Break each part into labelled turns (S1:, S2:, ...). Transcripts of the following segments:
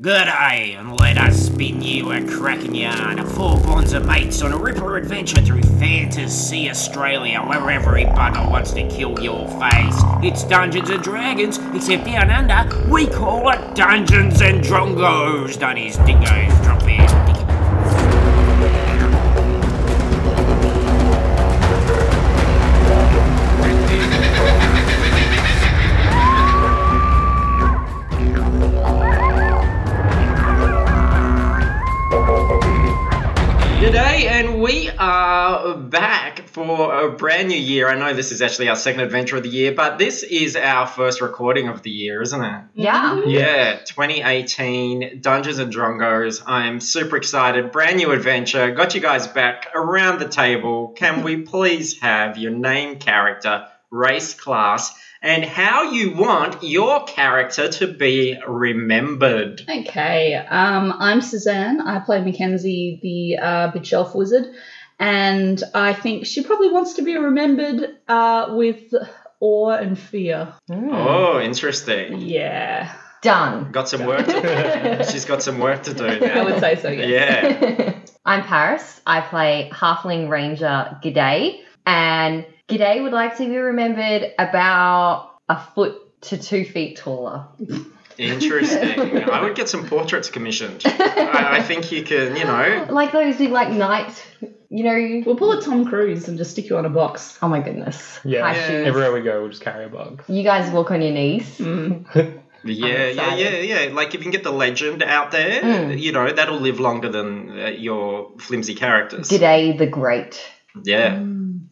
S1: Good day, and let us spin you a cracking yarn of four bonza mates on a ripper adventure through Fantasy Australia, where every bugger wants to kill your face. It's Dungeons and Dragons, except down under, we call it Dungeons and Drongos. Dunnies, dingoes, drop it.
S2: G'day, and we are back for a brand new year. I know this is actually our second adventure of the year, but this is our first recording of the year, isn't it?
S3: Yeah.
S2: Yeah, 2018 Dungeons and Drongos. I am super excited. Brand new adventure. Got you guys back around the table. Can we please have your name, character, race, class, and how you want your character to be remembered?
S3: Okay. Um, I'm Suzanne. I play Mackenzie, the uh, big shelf wizard, and I think she probably wants to be remembered uh, with awe and fear.
S2: Oh, interesting.
S3: Hmm. Yeah,
S4: Mm. Done.
S2: Got some work to She's got some work to do now.
S3: I would say so. Yes.
S2: Yeah.
S4: I'm Paris. I play Halfling Ranger G'day. And G'day would like to be remembered about a foot to two feet taller.
S2: Interesting. I would get some portraits commissioned. I, I think you can, you know.
S4: Like those big, like, knight, you know.
S3: We'll pull a Tom Cruise and just stick you on a box.
S4: Oh my goodness.
S5: Yeah.
S4: High
S2: Yeah.
S4: shoes.
S5: Everywhere we go, we'll just carry a box.
S4: You guys walk on your knees.
S3: Mm.
S2: Yeah, yeah, yeah,
S4: excited.
S2: yeah. Like if you can get the legend out there,
S3: Hmm.
S4: Mm.
S2: you know, that'll live longer than uh, your flimsy characters.
S4: G'day the Great.
S2: Yeah.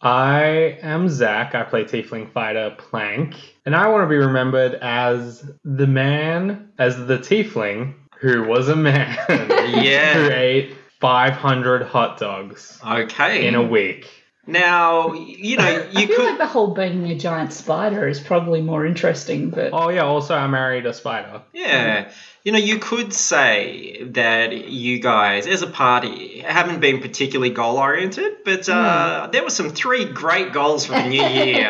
S5: I am Zach. I play Tiefling Fighter Plank. And I want to be remembered as the man, as the Tiefling who was a man. who
S2: Yeah.
S5: ate 500 hot dogs
S2: Okay.
S5: in a week.
S2: now, you know,
S3: I
S2: you
S3: feel like
S2: could.
S3: the whole being a giant spider is probably more interesting, but
S5: Oh, yeah, also, I married a spider.
S2: Yeah. You know, you could say that you guys, as a party, haven't been particularly goal oriented, but uh, there were some three great goals for the new year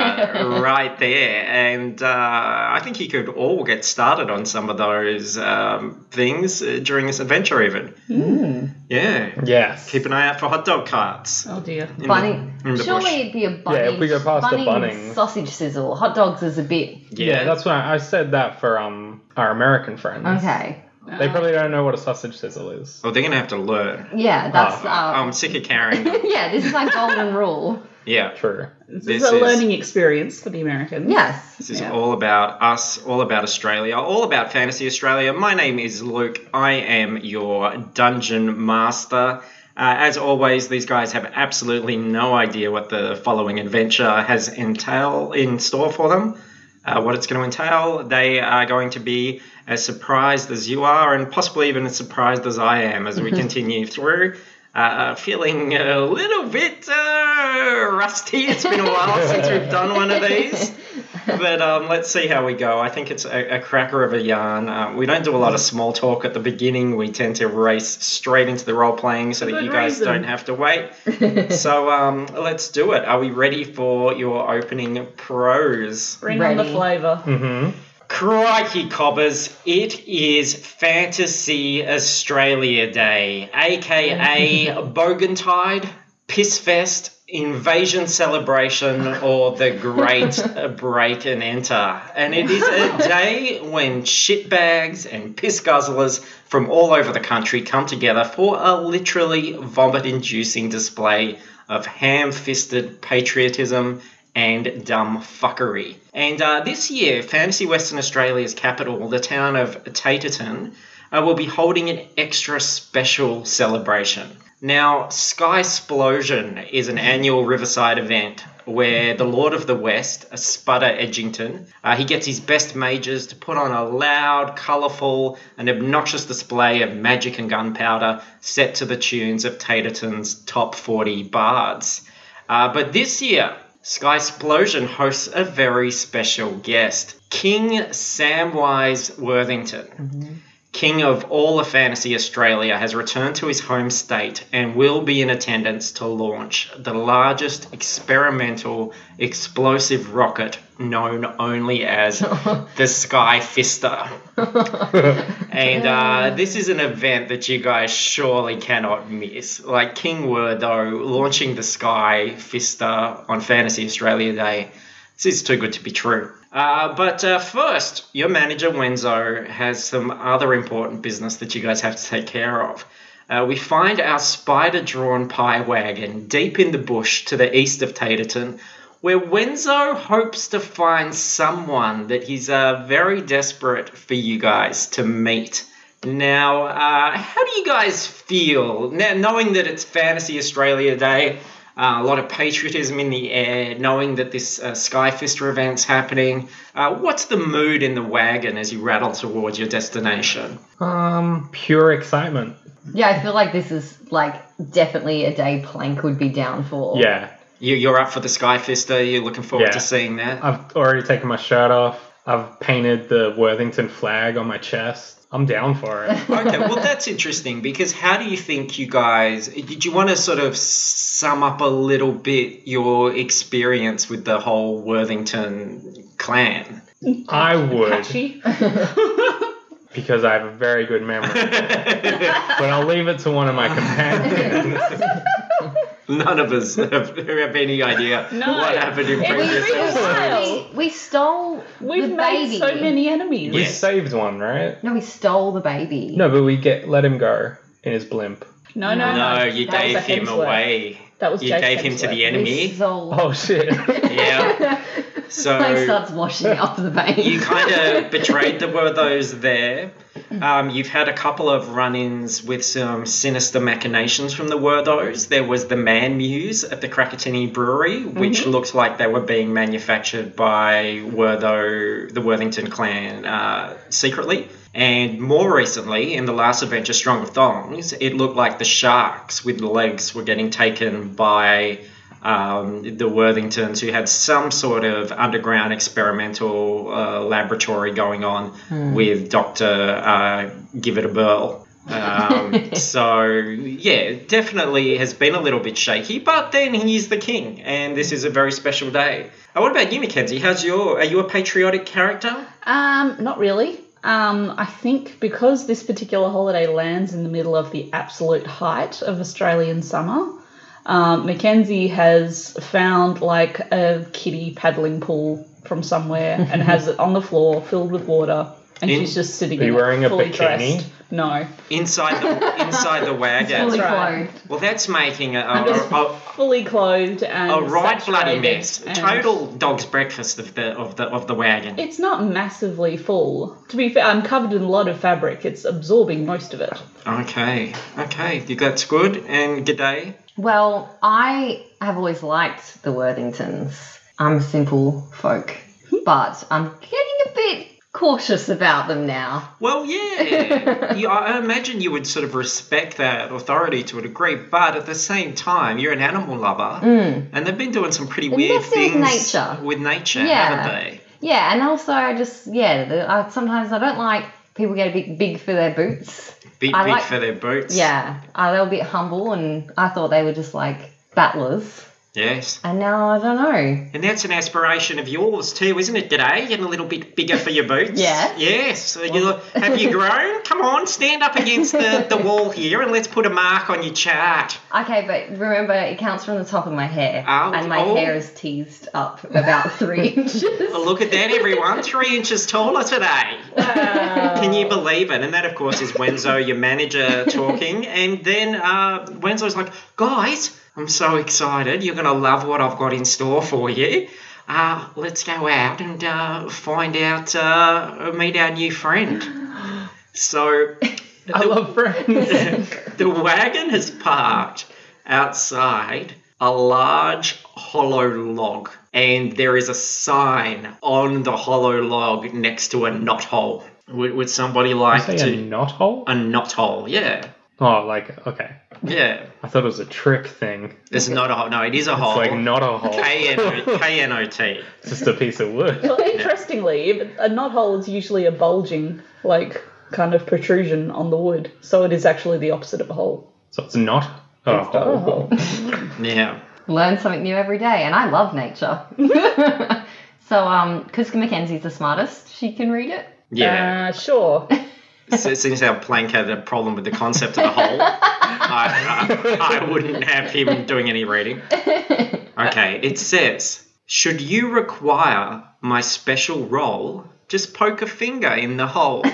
S2: right there. And uh, I think you could all get started on some of those um, things uh, during this adventure, even. Mm. Yeah.
S5: Yes.
S2: Keep an eye out for hot dog carts.
S3: oh dear.
S2: in the-
S4: Bunny.
S2: in the
S4: Surely
S2: bush.
S4: it'd be a bunny.
S5: Yeah, if we go past the
S4: bunny
S5: bunnings.
S4: Sausage sizzle. Hot dogs is a bit.
S5: yeah, that's why I said that for um our American friends.
S4: Okay.
S5: They probably don't know what a sausage sizzle is.
S2: Oh, they're going to have to learn.
S4: Yeah, that's.
S5: Oh,
S4: uh,
S2: I'm sick of carrying them.
S4: yeah, this is like golden rule.
S2: Yeah.
S5: True.
S3: this
S2: this
S3: is a
S2: is-
S3: learning experience for the Americans.
S4: Yes.
S2: This is
S3: Yeah.
S2: all about us, all about Australia, all about Fantasy Australia. My name is Luke. I am your dungeon master. Uh, as always, these guys have absolutely no idea what the following adventure has entail in store for them. Uh, what it's going to entail, they are going to be as surprised as you are, and possibly even as surprised as I am as we continue through. Uh, feeling a little bit uh, rusty. It's been a while since we've done one of these but um, let's see how we go. I think it's a, a cracker of a yarn. Uh, we don't do a lot of small talk at the beginning. We tend to race straight into the role playing so that
S3: Good
S2: you guys
S3: reason.
S2: don't have to wait. so um, let's do it. Are we ready for your opening prose?
S3: Bring on the
S4: Ready.
S3: flavour.
S5: Mm hmm.
S2: Crikey, cobbers! It is Fantasy Australia Day, aka Bogantide, Pissfest, Invasion Celebration, or the Great Break and Enter. And it is a day when shitbags and piss guzzlers from all over the country come together for a literally vomit inducing display of ham fisted patriotism and dumb fuckery. And uh, this year, Fantasy Western Australia's capital, the town of Taterton, uh, will be holding an extra special celebration. Now, Sky Splosion is an annual Riverside event where the Lord of the West, a Spudder Edgington, uh, he gets his best mages to put on a loud, colourful, and obnoxious display of magic and gunpowder set to the tunes of Taterton's top 40 bards. Uh, but this year, Sky Splosion hosts a very special guest, King Samwise Worthington. king of all of Fantasy Australia, has returned to his home state and will be in attendance to launch the largest experimental explosive rocket known only as the Sky Fister. And uh, this is an event that you guys surely cannot miss. Like King were though launching the Sky Fister on Fantasy Australia Day. This is too good to be true. Uh, but uh, first, your manager Wenzo has some other important business that you guys have to take care of. Uh, we find our spider drawn pie wagon deep in the bush to the east of Taterton, where Wenzo hopes to find someone that he's uh, very desperate for you guys to meet. Now, uh, how do you guys feel now, knowing that it's Fantasy Australia Day? Uh, a lot of patriotism in the air, knowing that this uh, Skyfister event's happening. Uh, what's the mood in the wagon as you rattle towards your destination?
S5: Um, pure excitement.
S4: yeah, I feel like this is like definitely a day Plank would be down for.
S5: Yeah,
S2: You, you're up for the Skyfister. You're looking forward
S5: Yeah. Uh,
S2: to seeing that.
S5: I've already taken my shirt off. I've painted the Worthington flag on my chest. I'm down for it.
S2: okay, well, that's interesting because how do you think you guys did you want to sort of sum up a little bit your experience with the whole Worthington clan?
S5: I would
S3: Catchy.
S5: because I have a very good memory,
S2: None
S5: but I'll leave it to one of my companions.
S2: of us have, have any idea
S3: No.
S2: what happened in
S3: It was
S2: previous
S3: really
S2: episodes.
S3: Wow.
S4: We, we stole
S3: We've
S4: the
S3: made
S4: baby.
S3: so many enemies.
S5: We
S2: Yes.
S5: saved one, right?
S4: No, we stole the baby.
S5: No, but we get let him go in his blimp.
S3: No, no, no.
S2: No, you
S3: That was
S2: gave
S3: a
S2: him
S3: Hemsworth.
S2: away.
S3: That was
S2: You
S3: Jake's
S2: gave him to the
S3: Hemsworth.
S4: We
S2: enemy.
S4: stole.
S5: Oh shit!
S2: Yeah. So-
S4: Plank starts washing up the baby.
S2: you kind of betrayed the were those there.
S3: Mm.
S2: Um, you've had a couple of run-ins with some sinister machinations from the Werthos. There was the Man Muse at the Krakatini Brewery, which
S3: Mm-hmm.
S2: looked like they were being manufactured by Wertho, the Worthington clan, uh, secretly. And more recently, in the last adventure, Strong of Thongs, it looked like the sharks with legs were getting taken by um, the Worthingtons, who had some sort of underground experimental uh, laboratory going on with Dr. Uh, Give It a Burl. Um, so, yeah, definitely has been a little bit shaky, but then he is the king, and this is a very special day. Uh, what about you, Mackenzie? How's your, are you a patriotic character?
S3: Um, not really. Um, I think because this particular holiday lands in the middle of the absolute height of Australian summer, um, Mackenzie has found like a kiddie paddling pool from somewhere and has it on the floor filled with water, and
S2: In-
S3: she's just sitting.
S5: Are you
S3: in it,
S5: wearing a
S3: fully
S5: bikini?
S3: Dressed. No,
S2: Inside the, inside the
S4: fully
S2: wagon.
S3: right.
S4: clothed.
S2: Well, that's making a, a,
S3: just-
S2: a,
S3: fully clothed and
S2: a right bloody
S3: saturated
S2: mess.
S3: and-
S2: Total dog's breakfast of the, of the, of the wagon.
S3: It's not massively full. To be fair, I'm covered in a lot of fabric. It's absorbing most of it.
S2: Okay, okay, you- that's good. And g'day.
S4: Well, I have always liked the Worthingtons. I'm a simple folk, but I'm getting a bit cautious about them now.
S2: Well, yeah, you, I imagine you would sort of respect that authority to a degree, but at the same time, you're an animal lover,
S4: Hmm.
S2: and they've been doing some pretty weird
S4: messing Mm. with
S2: things
S4: nature.
S2: with nature,
S4: Yeah.
S2: haven't they?
S4: Yeah, and also I just yeah, the, I, sometimes I don't like people get a bit big for their boots.
S2: Big,
S4: I
S2: big
S4: like-
S2: for their boots.
S4: Yeah, uh, they were a bit humble, and I thought they were just like battlers.
S2: Yes.
S4: And now I don't know.
S2: And that's an aspiration of yours too, isn't it, today? Getting a little bit bigger for your boots.
S4: Yes.
S2: Yes. So you look, have you grown? Come on, stand up against the, the wall here and let's put a mark on your chart.
S4: Okay, but remember it counts from the top of my hair,
S2: Ow,
S4: and my
S2: oh.
S4: hair is teased up about three inches.
S2: Well, look at that, everyone. Three inches taller today. Can you believe it? And that, of course, is Wenzo, your manager, talking. And then uh, Wenzo's like, guys, I'm so excited. You're going to love what I've got in store for you. Uh, let's go out and uh, find out, uh, meet our new friend. So
S5: I love friends.
S2: the wagon has parked outside a large hollow log, and there is a sign on the hollow log next to a knot hole. Would, would somebody like
S5: Say a
S2: to
S5: knot hole?
S2: a knot hole? Yeah,
S5: Oh, like okay.
S2: yeah.
S5: I thought it was a trick thing.
S2: It's not a hole. No, it is a
S5: It's
S2: hole.
S5: like
S3: Oh.
S5: not a hole.
S2: K N O- K N O T.
S5: It's just a piece of wood.
S3: Well, interestingly, a knothole is usually a bulging, like kind of protrusion on the wood. So it is actually the opposite of a hole.
S5: So it's not. Oh,
S3: It's not a hole.
S2: Yeah.
S4: Learn something new every day, and I love nature. so, um, because Mackenzie's the smartest, she can read it.
S2: Yeah.
S3: Uh, sure.
S2: S- Since our plank had a problem with the concept of the hole, I, I, I wouldn't have him doing any reading. Okay, it says Should you require my special role, just poke a finger in the hole.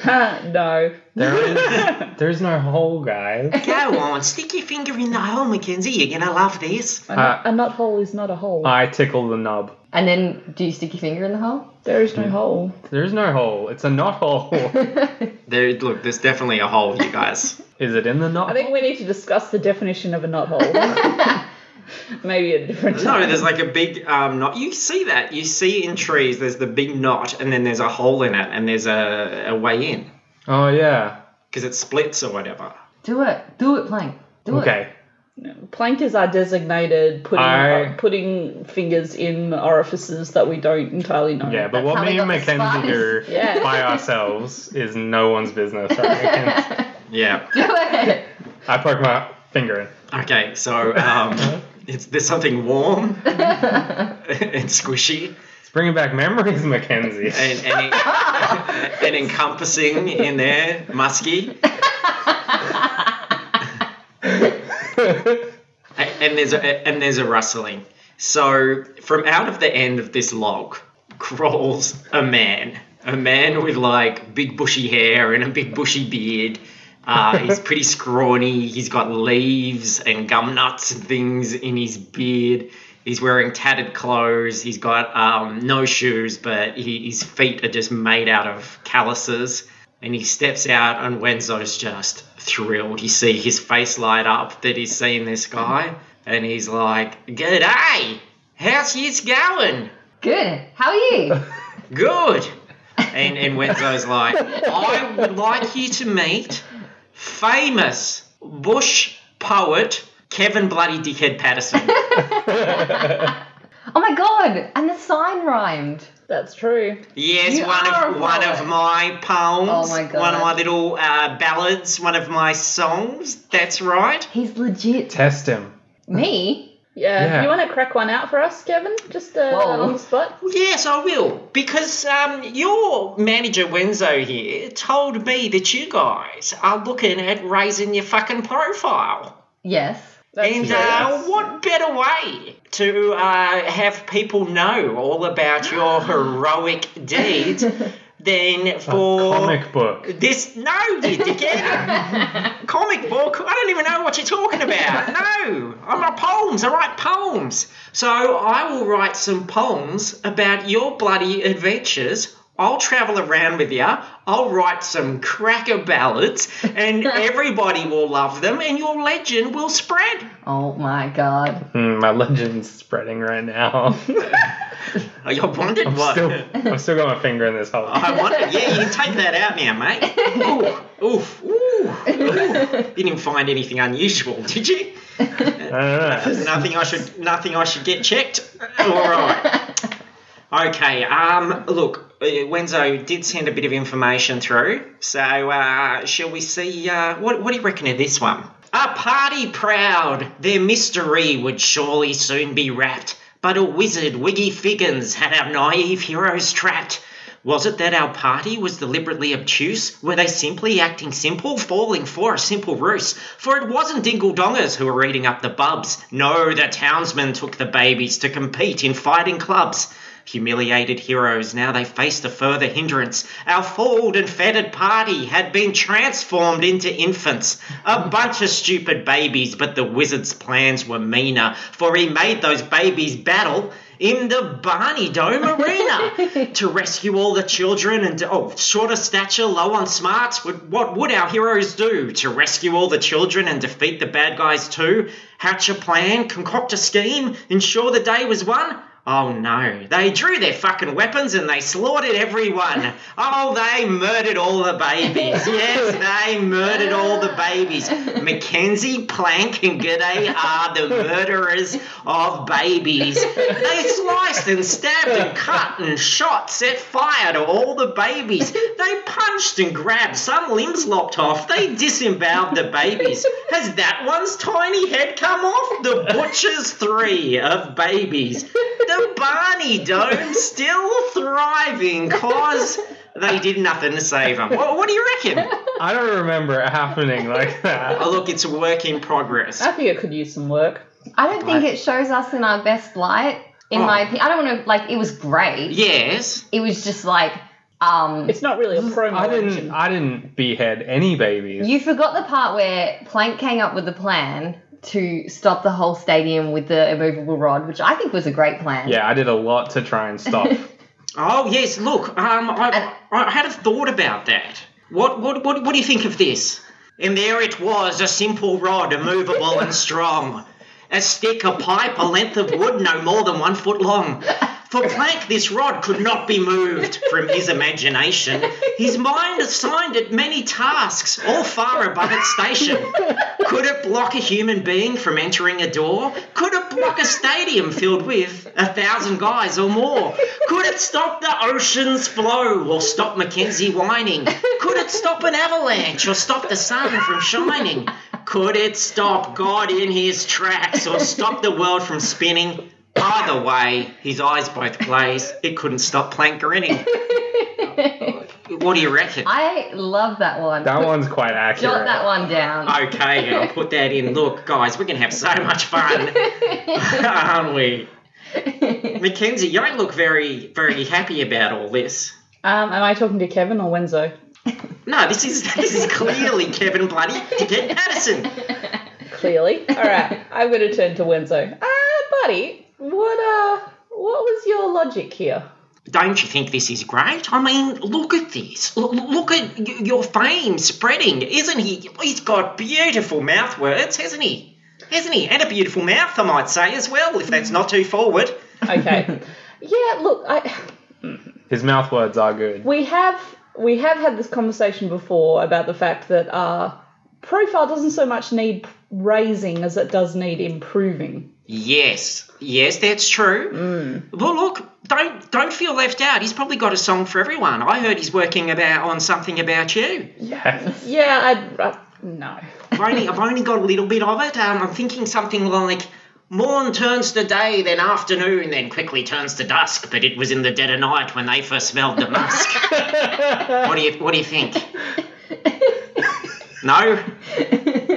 S3: Ha, no.
S5: There is, there is no hole, guys.
S2: Go on, stick your finger in the hole, Mackenzie. You're going to love this.
S3: A
S5: Uh,
S3: nut, a nut hole is not a hole.
S5: I tickle the nub.
S4: And then, do you stick your finger in the hole?
S3: there is no hole.
S5: There is no hole. It's a knot hole.
S2: There, look, there's definitely a hole, you guys.
S5: Is it in the knot?
S3: I think we need to discuss the definition of a knot hole. Maybe at a different time.
S2: No, there's like a big um, knot. You see that. You see in trees, there's the big knot, and then there's a hole in it, and there's a, a way in
S5: oh yeah.
S2: because it splits or whatever.
S4: Do it. Do it, Plank. Do it.
S5: Okay.
S3: Plank is our designated putting uh,
S5: I-
S3: putting fingers in orifices that we don't entirely know.
S5: Yeah, but
S4: That's how
S5: what
S4: they
S5: me and
S4: got the
S5: Mackenzie do
S4: spies.
S3: Yeah.
S5: by ourselves is no one's business. Right, Mackenzie?
S2: Yeah.
S4: Do it.
S5: I poke my finger in.
S2: Okay, so um, it's there's something warm and squishy
S5: It's bringing back memories, Mackenzie.
S2: and and, and encompassing in there, musky. A- and there's a and there's a rustling. So from out of the end of this log crawls a man, a man with like big bushy hair and a big bushy beard. Uh, he's pretty scrawny. He's got leaves and gum nuts and things in his beard. He's wearing tattered clothes. He's got um, no shoes, but he, his feet are just made out of calluses. And he steps out, and Wenzo's just thrilled. You see his face light up that he's seeing this guy, and he's like, G'day! How's it going?
S4: Good. How are you?
S2: Good! And, and Wenzo's like, I would like you to meet famous bush poet Kevin Bloody Dickhead Patterson.
S4: Oh my god! And the sign rhymed.
S3: That's true.
S2: Yes,
S4: You
S2: one
S4: are
S2: of
S4: a
S2: one
S4: poet.
S2: of my poems,
S4: Oh my God.
S2: one of my little uh, ballads, one of my songs. That's right.
S4: He's legit.
S5: Test him.
S4: Me?
S3: Yeah.
S5: Yeah.
S3: You want to crack one out for us, Kevin? Just uh,
S4: Whoa.
S3: on the spot.
S2: Yes, I will. Because um, your manager, Wenzo, here, told me that you guys are looking at raising your fucking profile.
S4: Yes.
S3: That's
S2: and uh,
S5: Yes.
S2: what better way to uh, have people know all about your heroic deeds than
S5: A
S2: for.
S5: comic book.
S2: This no, you dickhead. Comic book. I don't even know what you're talking about. No, I'm a poems. I write poems. So I will write some poems about your bloody adventures. I'll travel around with you. I'll write some cracker ballads, and everybody will love them, and your legend will spread.
S4: Oh my god.
S5: Hmm, my legend's spreading right now.
S2: Oh, you wondered
S5: I'm
S2: what?
S5: still, I've still got my finger in this hole.
S2: I wondered. Yeah, you can take that out now, mate. Ooh, oof, ooh. Didn't even find anything unusual, did you?
S5: I don't know.
S2: nothing I should nothing I should get checked. All right. Okay. Um. Look, uh, Wenzo did send a bit of information through. So uh, shall we see? Uh, what What do you reckon of this one? A party proud, their mystery would surely soon be wrapped. But a wizard, Wiggy Figgins, had our naive heroes trapped. Was it that our party was deliberately obtuse? Were they simply acting simple, falling for a simple ruse? For it wasn't Dingle Dongers who were eating up the bubs. No, the townsmen took the babies to compete in fighting clubs. Humiliated heroes, now they faced a further hindrance. Our fooled and fettered party had been transformed into infants. A bunch of stupid babies, but the wizard's plans were meaner, for he made those babies battle in the Barney Dome Arena to rescue all the children and oh, short of stature, low on smarts. Would, what would our heroes do to rescue all the children and defeat the bad guys too? Hatch a plan, concoct a scheme, ensure the day was won. Oh no, they drew their fucking weapons and they slaughtered everyone. Oh, they murdered all the babies. Yes, they murdered all the babies. Mackenzie, Plank, and G'day are the murderers of babies. They sliced and stabbed and cut and shot, set fire to all the babies. They punched and grabbed, some limbs lopped off. They disemboweled the babies. Has that one's tiny head come off? The Butchers Three of Babies. The Barney Dome still thriving cause they did nothing to save them. What, what do you reckon?
S5: I don't remember it happening like that.
S2: Oh, look, it's a work in progress.
S3: I think it could use some work.
S4: I don't think it shows us in our best light. In
S2: Oh.
S4: my opinion, I don't want to like. It was great.
S2: Yes.
S4: It was just like, um,
S3: It's not really a promo.
S5: I
S3: engine.
S5: didn't. I didn't behead any babies.
S4: you forgot the part where Plank came up with the plan to stop the whole stadium with the immovable rod, which I think was a great plan.
S5: yeah, I did a lot to try and stop.
S2: Oh, yes, look, um, I, I had a thought about that. What, what, what, what do you think of this? And there it was, a simple rod, immovable and strong. A stick, a pipe, a length of wood no more than one foot long. For Plank, this rod could not be moved from his imagination. His mind assigned it many tasks, all far above its station. Could it block a human being from entering a door? Could it block a stadium filled with a thousand guys or more? Could it stop the ocean's flow or stop Mackenzie whining? Could it stop an avalanche or stop the sun from shining? Could it stop God in his tracks or stop the world from spinning? Either way, his eyes both glaze. It couldn't stop Plank grinning. What do you reckon?
S4: I love that one.
S5: that one's quite
S4: Jot
S5: accurate.
S4: that one down.
S2: Okay, I'll put that in. Look, guys, we're going to have so much fun, aren't we? Mackenzie, you don't look very, very happy about all this.
S3: Um, am I talking to Kevin or Wenzo?
S2: No, this is this is clearly Kevin Bloody Dickhead Patterson.
S3: Clearly. All right, I'm going to turn to Wenzo. Ah, buddy, what uh, what was your logic here?
S2: Don't you think this is great? I mean, look at this. L- look at y- your fame spreading, isn't he? He's got beautiful mouth words, hasn't he? Hasn't he? And a beautiful mouth, I might say as well, if that's not too forward.
S3: Okay. yeah, look, I
S5: His mouth words are good.
S3: we have we have had this conversation before about the fact that our profile doesn't so much need raising as it does need improving.
S2: Yes, yes, that's true. Well, look, don't don't feel left out. He's probably got a song for everyone. I heard he's working about on something about you.
S5: Yes.
S3: Yeah, I uh, no.
S2: I've only, I've only got a little bit of it. Um, I'm thinking something like morn turns to day, then afternoon, then quickly turns to dusk. But it was in the dead of night when they first smelled the musk. what do you What do you think? No,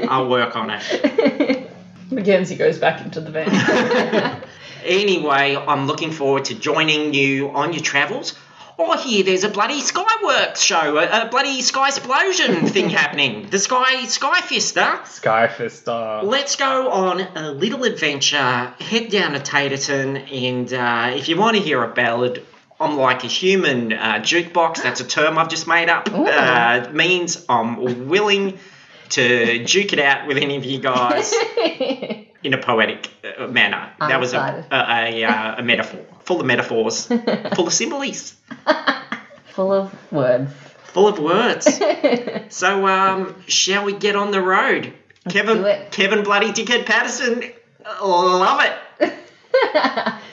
S2: I'll work on it.
S3: Mackenzie goes back into the van.
S2: Anyway, I'm looking forward to joining you on your travels. Oh, here, there's a bloody Skyworks show, a, a bloody Sky Explosion thing happening. The Sky Sky Fister.
S5: Skyfister.
S2: Let's go on a little adventure. Head down to Taterton, and uh, if you want to hear a ballad, I'm like a human uh, jukebox. That's a term I've just made up.
S4: Ooh.
S2: Uh, it means I'm willing to juke it out with any of you guys in a poetic uh, manner.
S4: I'm
S2: that was a,
S4: excited.
S2: a, a, uh, a metaphor, full of metaphors, full of similes,
S4: Full of words.
S2: full of words. so, um, shall we get on the road?
S4: do
S2: Kevin,
S4: it.
S2: Kevin, bloody dickhead Patterson, uh, love it.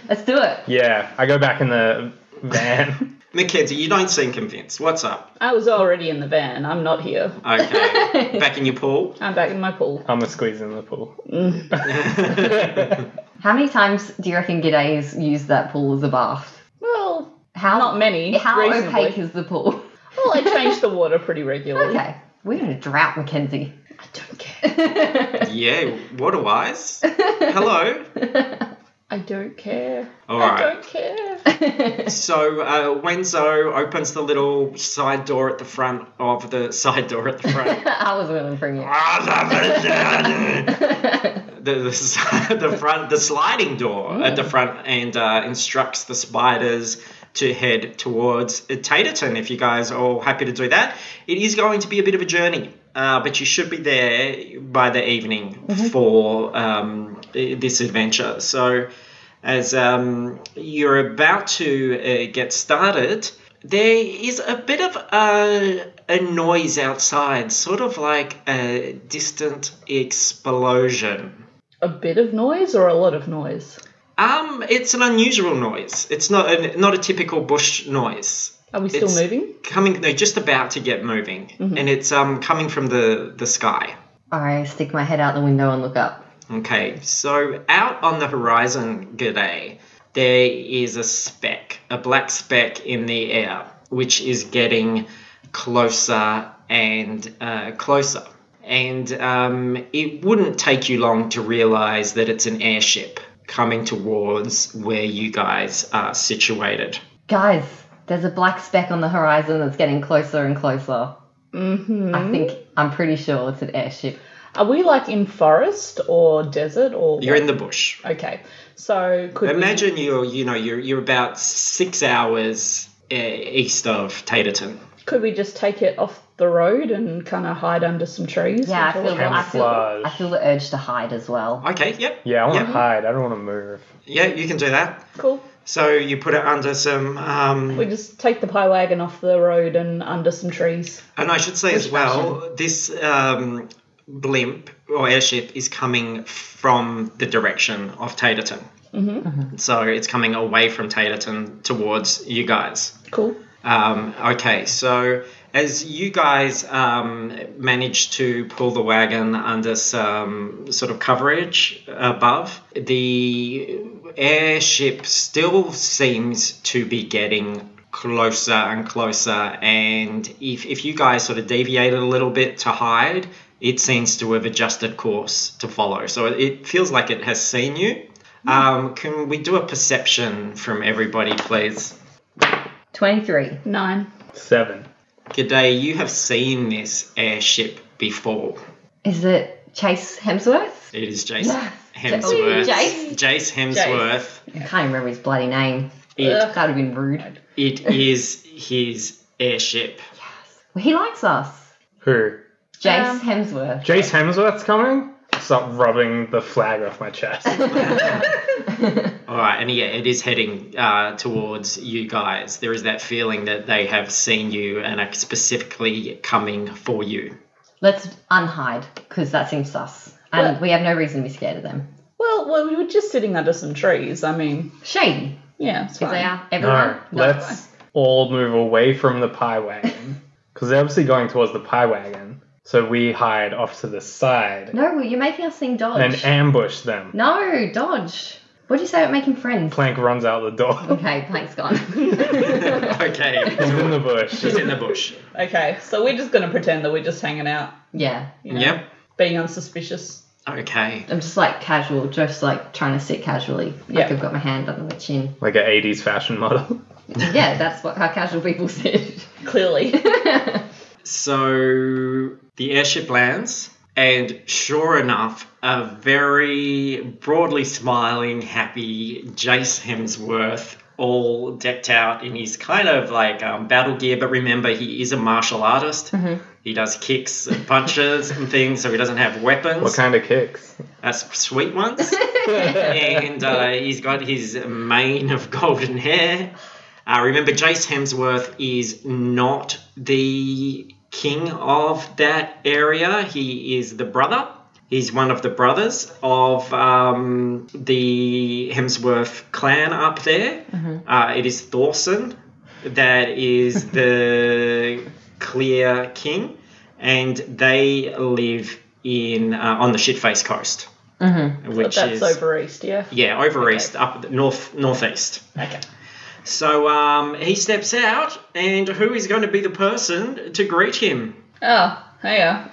S4: Let's do it.
S5: Yeah, I go back in the van.
S2: Mackenzie, you don't seem convinced. What's up?
S3: I was already in the van. I'm not here.
S2: Okay. Back in your pool.
S3: I'm back in my pool.
S5: I'm a squeeze in the pool.
S4: How many times do you reckon G'day has used that pool as a bath?
S3: Well,
S4: How
S3: Not many,
S4: How
S3: reasonably.
S4: opaque is the pool?
S3: well, I change the water pretty regularly.
S4: Okay, we're in a drought, Mackenzie.
S3: I don't care.
S2: Yeah, water wise. Hello.
S3: I don't care.
S2: All
S3: I
S2: right.
S3: don't care.
S2: So uh, Wenzo opens the little side door at the front of the side door at the front. Ah,
S4: I was going to bring it.
S2: the, the, s- the front the sliding door at the front and uh, instructs the spiders to head towards Taterton. If you guys are all happy to do that, it is going to be a bit of a journey, uh, but you should be there by the evening for um, i- this adventure. So. as um, you're about to uh, get started, there is a bit of a, a noise outside, sort of like a distant explosion.
S3: A bit of noise or a lot of noise?
S2: Um, it's an unusual noise. It's not a, not a typical bush noise.
S3: Are we still
S2: It's-
S3: moving?
S2: Coming, they're just about to get moving, and it's um coming from the the sky.
S4: I stick my head out the window and look up.
S2: Okay, so out on the horizon, G'day, there is a speck, a black speck in the air, which is getting closer and uh, closer. And um, it wouldn't take you long to realize that it's an airship coming towards where you guys are situated.
S4: Guys, there's a black speck on the horizon that's getting closer and closer.
S3: Mm-hmm.
S4: I think I'm pretty sure it's an airship.
S3: Are we like in forest or desert or?
S2: You're in the bush.
S3: Okay, so could
S2: Imagine you're, you know, you're, you're about six hours uh, east of Taterton.
S3: we, could we just take it off the road and kind of hide under some trees?
S4: Yeah, I
S3: until-
S4: feel, I feel
S5: Camouflage.
S4: I feel the urge to hide as well.
S2: Okay, yep.
S5: Yeah, I want to
S2: Yep.
S5: hide. I don't want to move.
S2: Yeah, you can do that.
S3: cool.
S2: So you put it under some, um,
S3: We just take the pie wagon off the road and under some trees.
S2: and I should say as well, this um, blimp or airship is coming from the direction of Taterton. Mm-hmm. So it's coming away from Taterton towards you guys.
S3: Cool.
S2: Um, okay, so as you guys um, manage to pull the wagon under some sort of coverage above, the airship still seems to be getting closer and closer. And if, if you guys sort of deviated a little bit to hide, it seems to have adjusted course to follow. So it feels like it has seen you. Um, can we do a perception from everybody, please?
S4: 23.
S3: Nine.
S5: Seven.
S2: G'day, you have seen this airship before.
S4: Is it Chase Hemsworth?
S2: It is Jace
S4: Yes.
S2: Hemsworth.
S4: Jace?
S2: Jace Hemsworth.
S4: I can't remember his bloody name.
S2: It,
S4: That would have been rude.
S2: it is his airship.
S4: Well, he likes us.
S5: Who?
S4: Jace
S3: Um,
S4: Hemsworth.
S5: Jace Hemsworth's coming? Stop rubbing the flag off my chest.
S2: All right, and yeah, it is heading uh, towards you guys. There is that feeling that they have seen you and are specifically coming for you.
S4: Let's unhide, because that seems sus. And we have no reason to be scared of them.
S3: Well, well, we were just sitting under some trees. I mean,
S4: Shady.
S3: yeah, it's
S4: Because
S3: fine.
S4: they are everyone.
S5: no, let's all move away from the pie wagon. Because they're obviously going towards the pie wagon. So we hide off to the side
S4: No, well, you're making us sing dodge.
S5: and ambush them.
S4: no, dodge. What do you say about making friends?
S5: Plank runs out the door.
S4: Okay, Plank's gone.
S2: okay,
S5: He's in the bush.
S2: she's in the bush.
S3: Okay, so we're just gonna pretend that we're just hanging out,
S4: yeah.
S3: you know,
S2: Yep.
S3: being unsuspicious.
S2: Okay.
S4: I'm just like casual, just like trying to sit casually.
S3: Yeah.
S4: Like I've got my hand under my chin.
S5: Like an 80s fashion model.
S4: yeah, that's what how casual people sit.
S3: Clearly,
S2: So the airship lands, and sure enough, a very broadly smiling, happy Jace Hemsworth, all decked out in his kind of like um, battle gear. But remember, he is a martial artist.
S5: Mm-hmm.
S2: He does kicks and punches and things, so he doesn't have weapons.
S5: What kind of kicks?
S2: That's sweet ones. and uh, he's got his mane of golden hair. Uh, remember, Jace Hemsworth is not the king of that area. He is the brother. He's one of the brothers of um, the Hemsworth clan up there.
S3: Mm-hmm.
S2: Uh, it is Thorson that is the clear king, and they live in uh, on the Shitface Coast, mm-hmm.
S3: but
S2: which
S3: that's
S2: is
S3: over east, yeah.
S2: yeah, over east, up the north, northeast.
S3: Okay.
S2: So um, he steps out, and who is going to be the person to greet him?
S3: Oh, hey,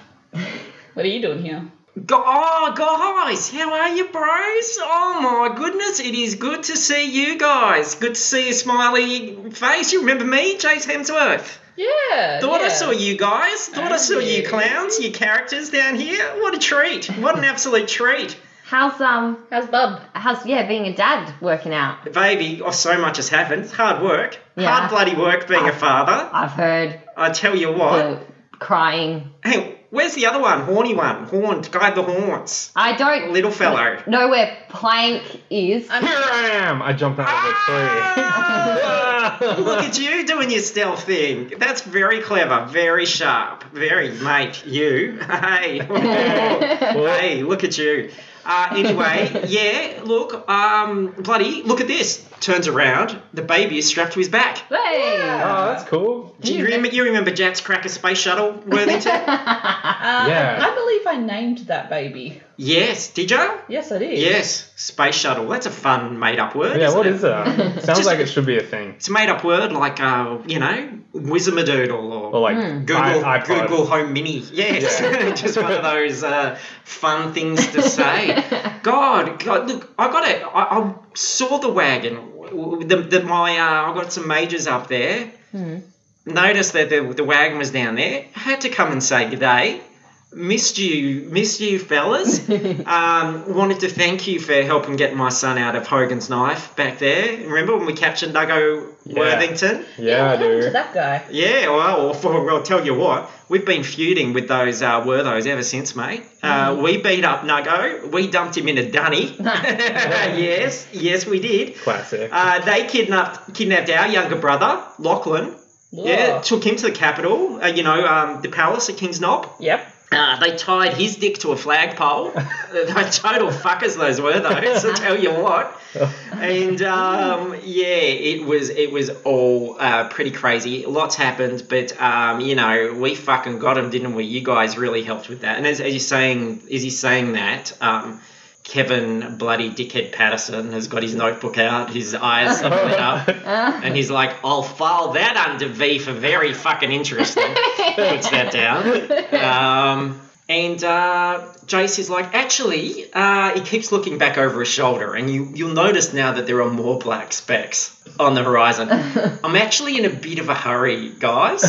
S3: what are you doing here?
S2: Go- oh, guys, how are you, bros? Oh my goodness, it is good to see you guys. Good to see a smiley face. You remember me, Jace Hemsworth?
S3: Yeah.
S2: Thought I
S3: yeah. Oh,
S2: saw you guys. Thought I saw you clowns, you characters down here. What a treat! What an absolute treat,
S4: How's um
S3: How's Bub?
S4: how's yeah, being a dad working out?
S2: baby. Oh, so much has happened. Hard work.
S4: Yeah.
S3: Ah.
S2: Hard bloody work being a father.
S4: I've heard
S2: I tell you what.
S4: the crying.
S2: Hey, Where's the other one? Horny one. Horned. Guy with the horns.
S4: I don't
S2: Little Uh, fellow.
S4: know where plank is.
S5: Here I am! I jumped out of
S2: Look
S5: the tree.
S2: at you doing your stealth thing. That's very clever, very sharp, very mate. You, hey,
S5: Well,
S2: hey, look at you. Uh, anyway, yeah, look, um, bloody, look at this. Turns around, the baby is strapped to his back.
S4: Hey!
S5: oh, that's cool.
S2: Do you remember? You remember Jack's cracker space shuttle, Worthington?
S3: Uh,
S5: Yeah.
S3: I believe I named that baby.
S2: yes, did you?
S3: Yes, I did.
S2: Yes, space shuttle. That's a fun made-up word.
S5: Yeah,
S2: isn't
S5: what
S2: it?
S5: is that? Sounds like it should be a thing.
S2: It's a made-up word, like uh, you know, whizamadoodle or
S5: Or like
S2: Google
S5: i- iPod.
S2: Google Home Mini. Yes, just one of those uh, fun things to say. God, God, look, I got it. I, I saw the wagon. W- w- The, the, my, uh, I got some majors up there. Noticed that the, the wagon was down there. Had to come and say good day. Missed you, missed you, fellas. um, wanted to thank you for helping get my son out of Hogan's knife back there. Remember when we captured Duggo
S5: Yeah.
S2: Worthington?
S5: Yeah, I
S3: what happened to
S5: do.
S3: that guy?
S2: Yeah, well, well, well, tell you what, we've been feuding with those uh, Werthos ever since, mate. Uh, We beat up Nuggo. We dumped him in a dunny. yes, yes, we did.
S5: Classic.
S2: Uh, they kidnapped kidnapped our younger brother, Lachlan. Yeah,
S3: Ugh.
S2: took him to the capital, uh, you know, um, the palace at King's Knob.
S3: Yep.
S2: Uh, they tied his dick to a flagpole. They're total fuckers, those were those. I tell you what. And um, yeah, it was it was all uh, pretty crazy. Lots happened, but um, you know we fucking got him, didn't we? You guys really helped with that. And as, as he's saying, as he's saying that, um, Kevin bloody dickhead Patterson has got his notebook out, his eyes lit up, and he's like, "I'll file that under V for very fucking interesting." puts that down. Um, and uh, Jace is like, actually, uh, he keeps looking back over his shoulder, and you, you'll notice now that there are more black specks on the horizon. I'm actually in a bit of a hurry, guys.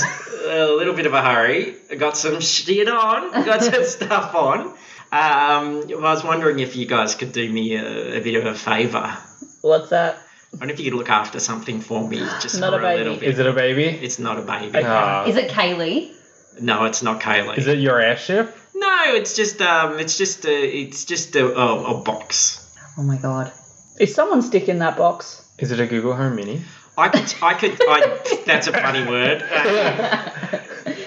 S2: a little bit of a hurry. I got some shit on, got some stuff on. Um, I was wondering if you guys could do me a, a bit of a favour. I
S3: What's that?
S2: wonder if you could look after something for me, just
S3: Not
S2: for
S3: a baby.
S2: little bit.
S5: Is it a baby?
S2: It's not a baby.
S5: Ah.
S4: Is it Kaylee?
S2: no, it's not Kaylee.
S5: is it your airship?
S2: No, it's just um, it's just a, it's just a, a, a box.
S4: Oh my god.
S3: Is someone stick in that box?
S5: Is it a Google Home Mini?
S2: I could, I could, I, that's a funny word. Uh,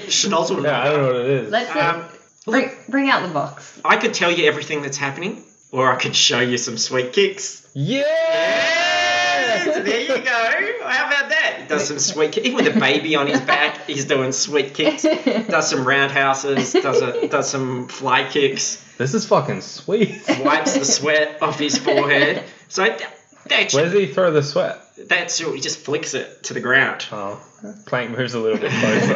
S2: Schnozzle.
S5: Yeah, I don't know what it is.
S4: Let's
S2: Um,
S4: bring, bring out the box.
S2: I could tell you everything that's happening, or I could show you some sweet kicks.
S5: yeah!
S2: Yes, there you go. How about that? He does some sweet kicks. Even with a baby on his back, he's doing sweet kicks. Does some roundhouses. Does a, does some fly kicks.
S5: This is fucking sweet.
S2: Wipes the sweat off his forehead. So th- that's
S5: Where does he throw the sweat?
S2: that's he just flicks it to the ground.
S5: Oh, plank moves a little bit closer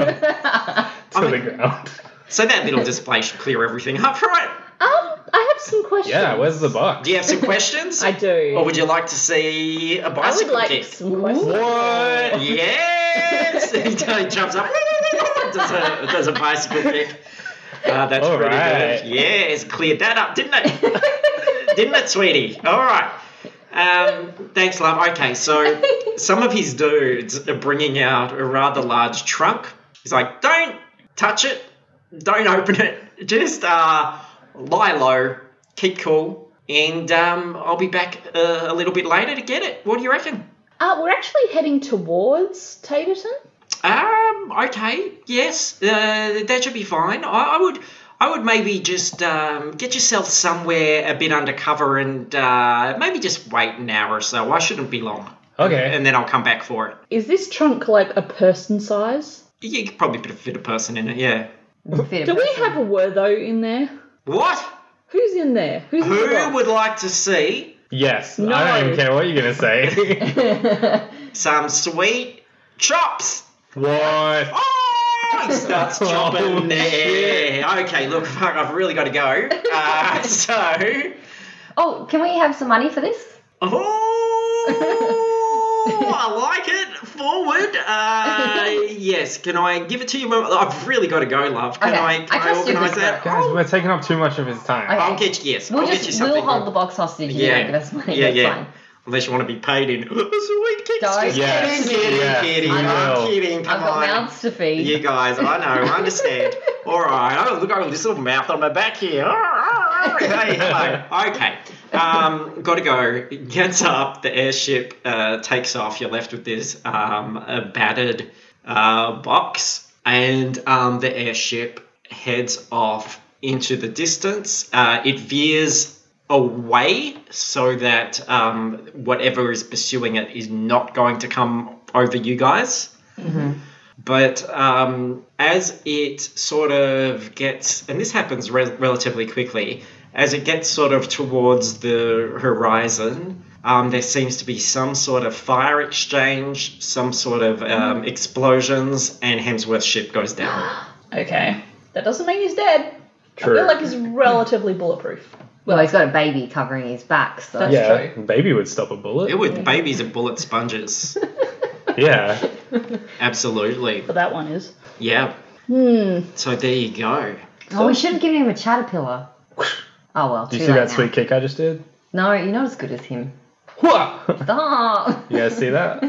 S5: to the ground.
S2: So that little display should clear everything up, right?
S5: Oh,
S4: Um, I have some questions.
S5: Yeah, where's the box?
S2: Do you have some questions?
S3: I do.
S2: Or would you like to see a
S3: I would
S2: bicycle
S3: like
S2: kick?
S3: some questions.
S5: What?
S2: Yes! he jumps up, does a, does a bicycle kick. Uh, that's
S5: All
S2: pretty
S5: right.
S2: good. Yes, cleared that up, didn't it? didn't it, sweetie? All right. Um, thanks, love. Okay, so some of his dudes are bringing out a rather large trunk. He's like, don't touch it, don't open it, just uh, lie low, keep cool, and um, I'll be back uh, a little bit later to get it. What do you reckon?
S3: Uh, we're actually heading towards Taterton.
S2: Um. Okay. Yes. Uh, that should be fine. I, I would. I would maybe just um, get yourself somewhere a bit undercover and uh, maybe just wait an hour or so. I shouldn't be long,
S5: Okay.
S2: and then I'll come back for it.
S3: Is this trunk like a person size?
S2: You could probably put a fit a person in it. Yeah.
S4: Fit a
S3: Do we
S4: person.
S3: have a Wertho in there?
S2: What?
S3: Who's in there? Who's in the
S2: Who
S3: box?
S2: would like to see
S5: Yes.
S3: No.
S5: I don't even care what you're gonna say.
S2: some sweet chops?
S5: what?
S2: Oh, he starts
S5: Oh,
S2: chopping
S5: shit.
S2: there. Okay, look, fuck, I've really got to go. Uh, so,
S4: Oh, can we have some money for this?
S2: Oh, I like it. Forward. Uh, yes. Can I give it to you? Mum? I've really got to go, love. Can
S4: Okay,
S2: I? Can
S4: I
S2: I,
S4: trust you
S2: organise
S4: with
S2: that?
S4: that.
S5: Guys, we're taking up too much of his time.
S4: Okay.
S2: I'll get you. Yes.
S4: We'll
S2: I'll get you
S4: just
S2: something.
S4: we'll hold the box hostage. and
S2: Yeah.
S4: you don't give us money.
S2: Yeah,
S4: That's
S2: yeah.
S4: Fine.
S2: Unless you want to be paid in sweet kicks.
S4: Don't
S2: Just
S5: Yes,
S2: kidding, kidding,
S5: yes,
S2: kidding.
S4: I
S5: know.
S2: I'm kidding. Come
S4: I've got
S2: on.
S4: mouths to feed.
S2: You guys, I know, I understand. All right, oh, look, I've got this little mouth on my back here. Ah, Hey, hello. Okay, um, gotta go. Gets up, the airship uh, takes off. You're left with this um, a battered uh, box, and um, the airship heads off into the distance. Uh, it veers away so that um, whatever is pursuing it is not going to come over you guys. But um, as it sort of gets, and this happens re- relatively quickly, as it gets sort of towards the horizon, um, there seems to be some sort of fire exchange, some sort of um, explosions, and Hemsworth's ship goes down.
S3: Okay. That doesn't mean he's dead. I
S5: True.
S3: feel like he's relatively bulletproof.
S4: Well, he's got a baby covering his back, so
S3: That's-
S5: yeah, baby would stop a bullet.
S2: It would babies and bullet sponges.
S5: yeah.
S2: Absolutely.
S3: But that one is.
S2: Yeah.
S3: Hmm.
S2: So there you go.
S4: Oh, we should have given him a caterpillar. Oh well, too
S5: Did you see
S4: late
S5: that
S4: now.
S5: sweet kick I just did?
S4: No, you're not as good as him.
S5: Whoa!
S4: Stop.
S5: you guys see that?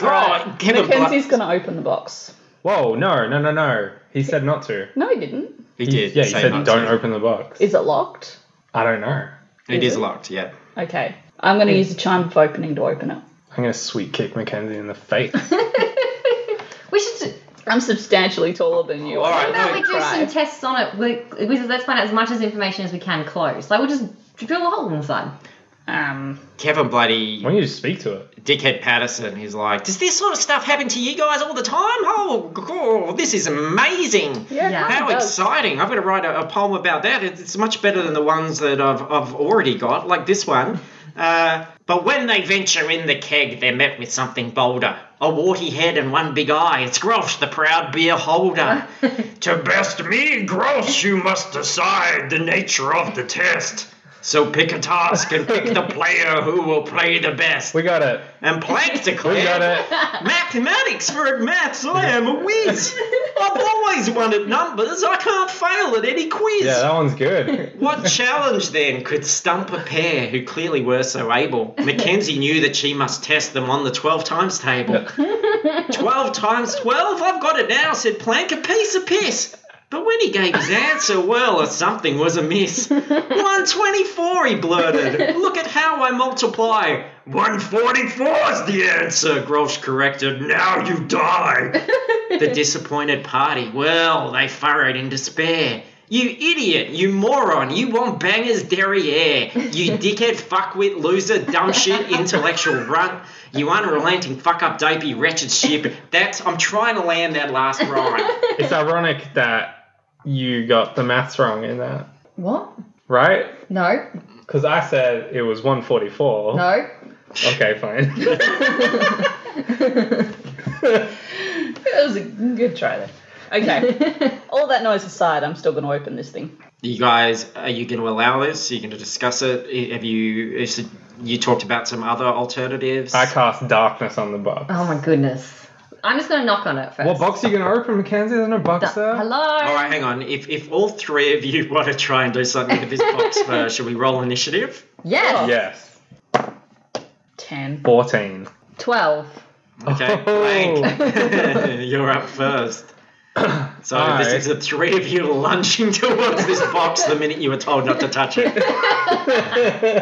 S2: Oh, give a
S3: Mackenzie's
S2: bluff.
S3: going to open the box.
S5: Whoa! No! No! No! No! He said not to.
S3: No, he didn't.
S2: He did.
S5: Yeah, he
S2: say
S5: said
S2: not
S5: don't
S2: to.
S5: open the box.
S3: Is it locked?
S5: I don't know.
S2: It is locked, yeah.
S3: Okay. I'm going to use the charm of opening to open it.
S5: I'm gonna sweet kick Mackenzie in the face.
S4: we should.
S3: I'm substantially taller than you.
S2: All right,
S4: Why don't
S2: no,
S4: we do
S3: cry.
S4: some tests on it? We, we, let's find out as much as information as we can close. Like we'll just drill a hole in the side.
S3: Um,
S2: Kevin bloody
S5: Why don't you just speak to it?
S2: dickhead Patterson who's like, does this sort of stuff happen to you guys all the time? Oh, g- oh, this is amazing.
S3: yeah,
S4: Yeah.
S3: it
S2: How
S3: kinda does.
S2: exciting. I'm going to write a, a poem about that. It- It's much better than the ones that I've, I've already got, like this one. Uh, but when they venture in the keg, they're met with something bolder. A warty head and one big eye. It's Grosh, the proud beer holder. to best me, Grosh, you must decide the nature of the test. So pick a task and pick the player who will play the best.
S5: We got it.
S2: And Plank
S5: We
S2: declared
S5: got it.
S2: mathematics for a maths. I am a whiz. I've always wanted numbers. I can't fail at any quiz.
S5: Yeah, that one's good.
S2: What challenge then could stump a pair who clearly were so able? Mackenzie knew that she must test them on the 12 times table. 12 times 12? I've got it now, said Plank, a piece of piss. But when he gave his answer, well, something was amiss. 124, he blurted. Look at how I multiply. 144's the answer, Grosh corrected. Now you die. the disappointed party, well, they furrowed in despair. You idiot, you moron, you want bangers derriere. You dickhead, fuckwit, loser, dumb shit, intellectual runt. You unrelenting fuck up dopey wretched ship. That's I'm trying to land that last rhyme.
S5: It's ironic that you got the maths wrong in that,
S4: What?
S5: right?
S4: No,
S5: Because I said it was 144.
S4: no.
S5: Okay, fine.
S3: That was a good try there. Okay. All that noise aside, I'm still going to open this thing.
S2: You guys, are you going to allow this? Are you going to discuss it? I- Have you? Is it, you talked about some other alternatives.
S5: I cast darkness on the box.
S4: Oh my goodness. I'm just gonna knock on it first.
S5: What box are you gonna open, Mackenzie? There's no box there.
S4: Hello.
S2: All right, hang on. If if all three of you want to try and do something with this box, uh, should we roll initiative?
S5: Oh,
S4: Yes.
S5: Yes.
S3: Ten.
S5: 14.
S4: Twelve.
S5: Oh.
S2: Okay, Blank, you're up first. So this
S5: Alright.
S2: is the three of you lunging towards this box the minute you were told not to touch it.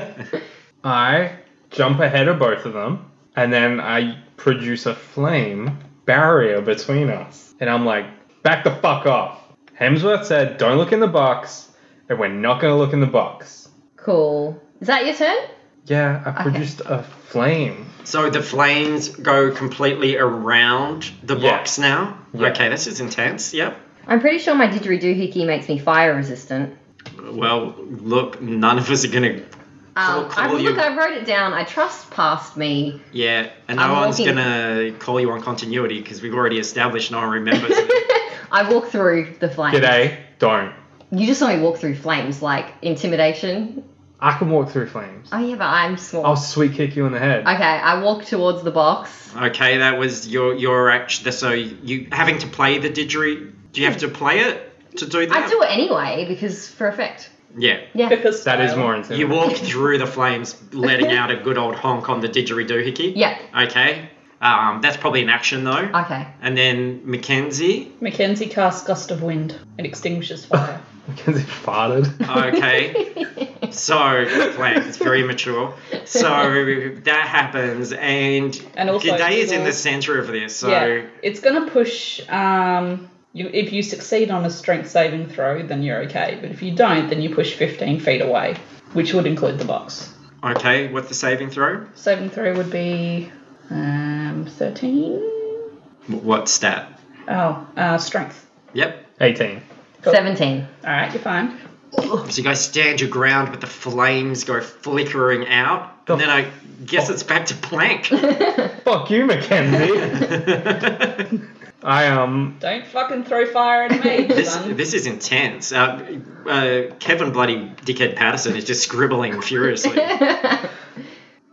S5: I jump ahead of both of them, and then I produce a flame barrier between us. And I'm like, back the fuck off. Hemsworth said, don't look in the box, and we're not gonna look in the box.
S4: Cool. Is that your turn?
S5: Yeah, I produced a flame.
S2: So the flames go completely around the
S5: Yeah.
S2: box now.
S5: Yeah.
S2: Okay, this is intense. Yep.
S4: I'm pretty sure my didgeridoo hickey makes me fire resistant.
S2: Well, look, none of us are gonna. Cool,
S4: Um, I,
S2: cool, you-
S4: look, I wrote it down. I trust past me.
S2: Yeah, and no
S4: I'm
S2: one's
S4: walking.
S2: gonna call you on continuity because we've already established no one remembers. it.
S4: I walk through the flames.
S5: G'day, don't.
S4: You just saw me walk through flames, like intimidation.
S5: I can walk through flames.
S4: Oh yeah, but I'm small.
S5: I'll sweet kick you in the head.
S4: Okay, I walk towards the box.
S2: Okay, that was your your action. So you having to play the didgeridoo. Do you have to play it to do that?
S4: I do it anyway because for effect.
S2: Yeah.
S4: Yeah.
S3: Because um,
S5: That is
S3: style.
S5: more intense.
S2: You walk through the flames, letting out a good old honk on the didgeridoo hickey.
S4: Yeah.
S2: Okay. Um, that's probably an action though.
S4: Okay.
S2: And then Mackenzie.
S3: Mackenzie casts gust of wind and extinguishes fire.
S5: Mackenzie farted.
S2: Okay. so plan. It's very mature. So that happens, and,
S3: And also
S2: G'day is in the
S3: giggles.
S2: center of this. So
S3: yeah, it's gonna push. Um, you, if you succeed on a strength saving throw, then you're okay. But if you don't, then you push 15 feet away, which would include the box.
S2: okay, what's the saving throw?
S3: Saving throw would be um, 13.
S2: Wh- What stat?
S3: Oh, uh, strength.
S2: Yep.
S5: 18.
S3: Cool.
S4: 17.
S3: All right, you're fine.
S2: So you guys stand your ground, but the flames go flickering out, and then I guess it's back to plank.
S5: Fuck you, Mackenzie. I um.
S3: Don't fucking throw fire at me,
S2: This,
S3: son.
S2: this is intense. Uh, uh, Kevin Bloody Dickhead Patterson is just scribbling furiously.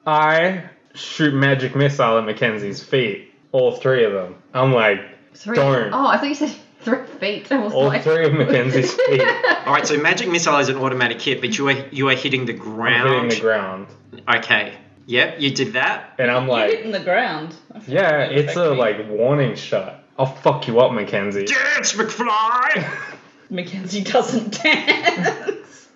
S5: I shoot magic missile at Mackenzie's feet. All three of them. I'm like,
S4: Three.
S5: Darn.
S4: Oh, I thought you said three feet. I was
S5: all
S4: like,
S5: three of Mackenzie's feet
S2: All right, so magic missile is an automatic hit, but you are you are hitting the
S5: are hitting
S2: ground.
S5: the ground,
S2: Okay. Yep, you did that.
S5: and I'm
S3: You're
S5: like,
S3: hitting the ground.
S5: yeah, it's a
S3: Affect me.
S5: like warning shot. I'll fuck you up, Mackenzie.
S2: Dance, McFly.
S3: Mackenzie doesn't dance.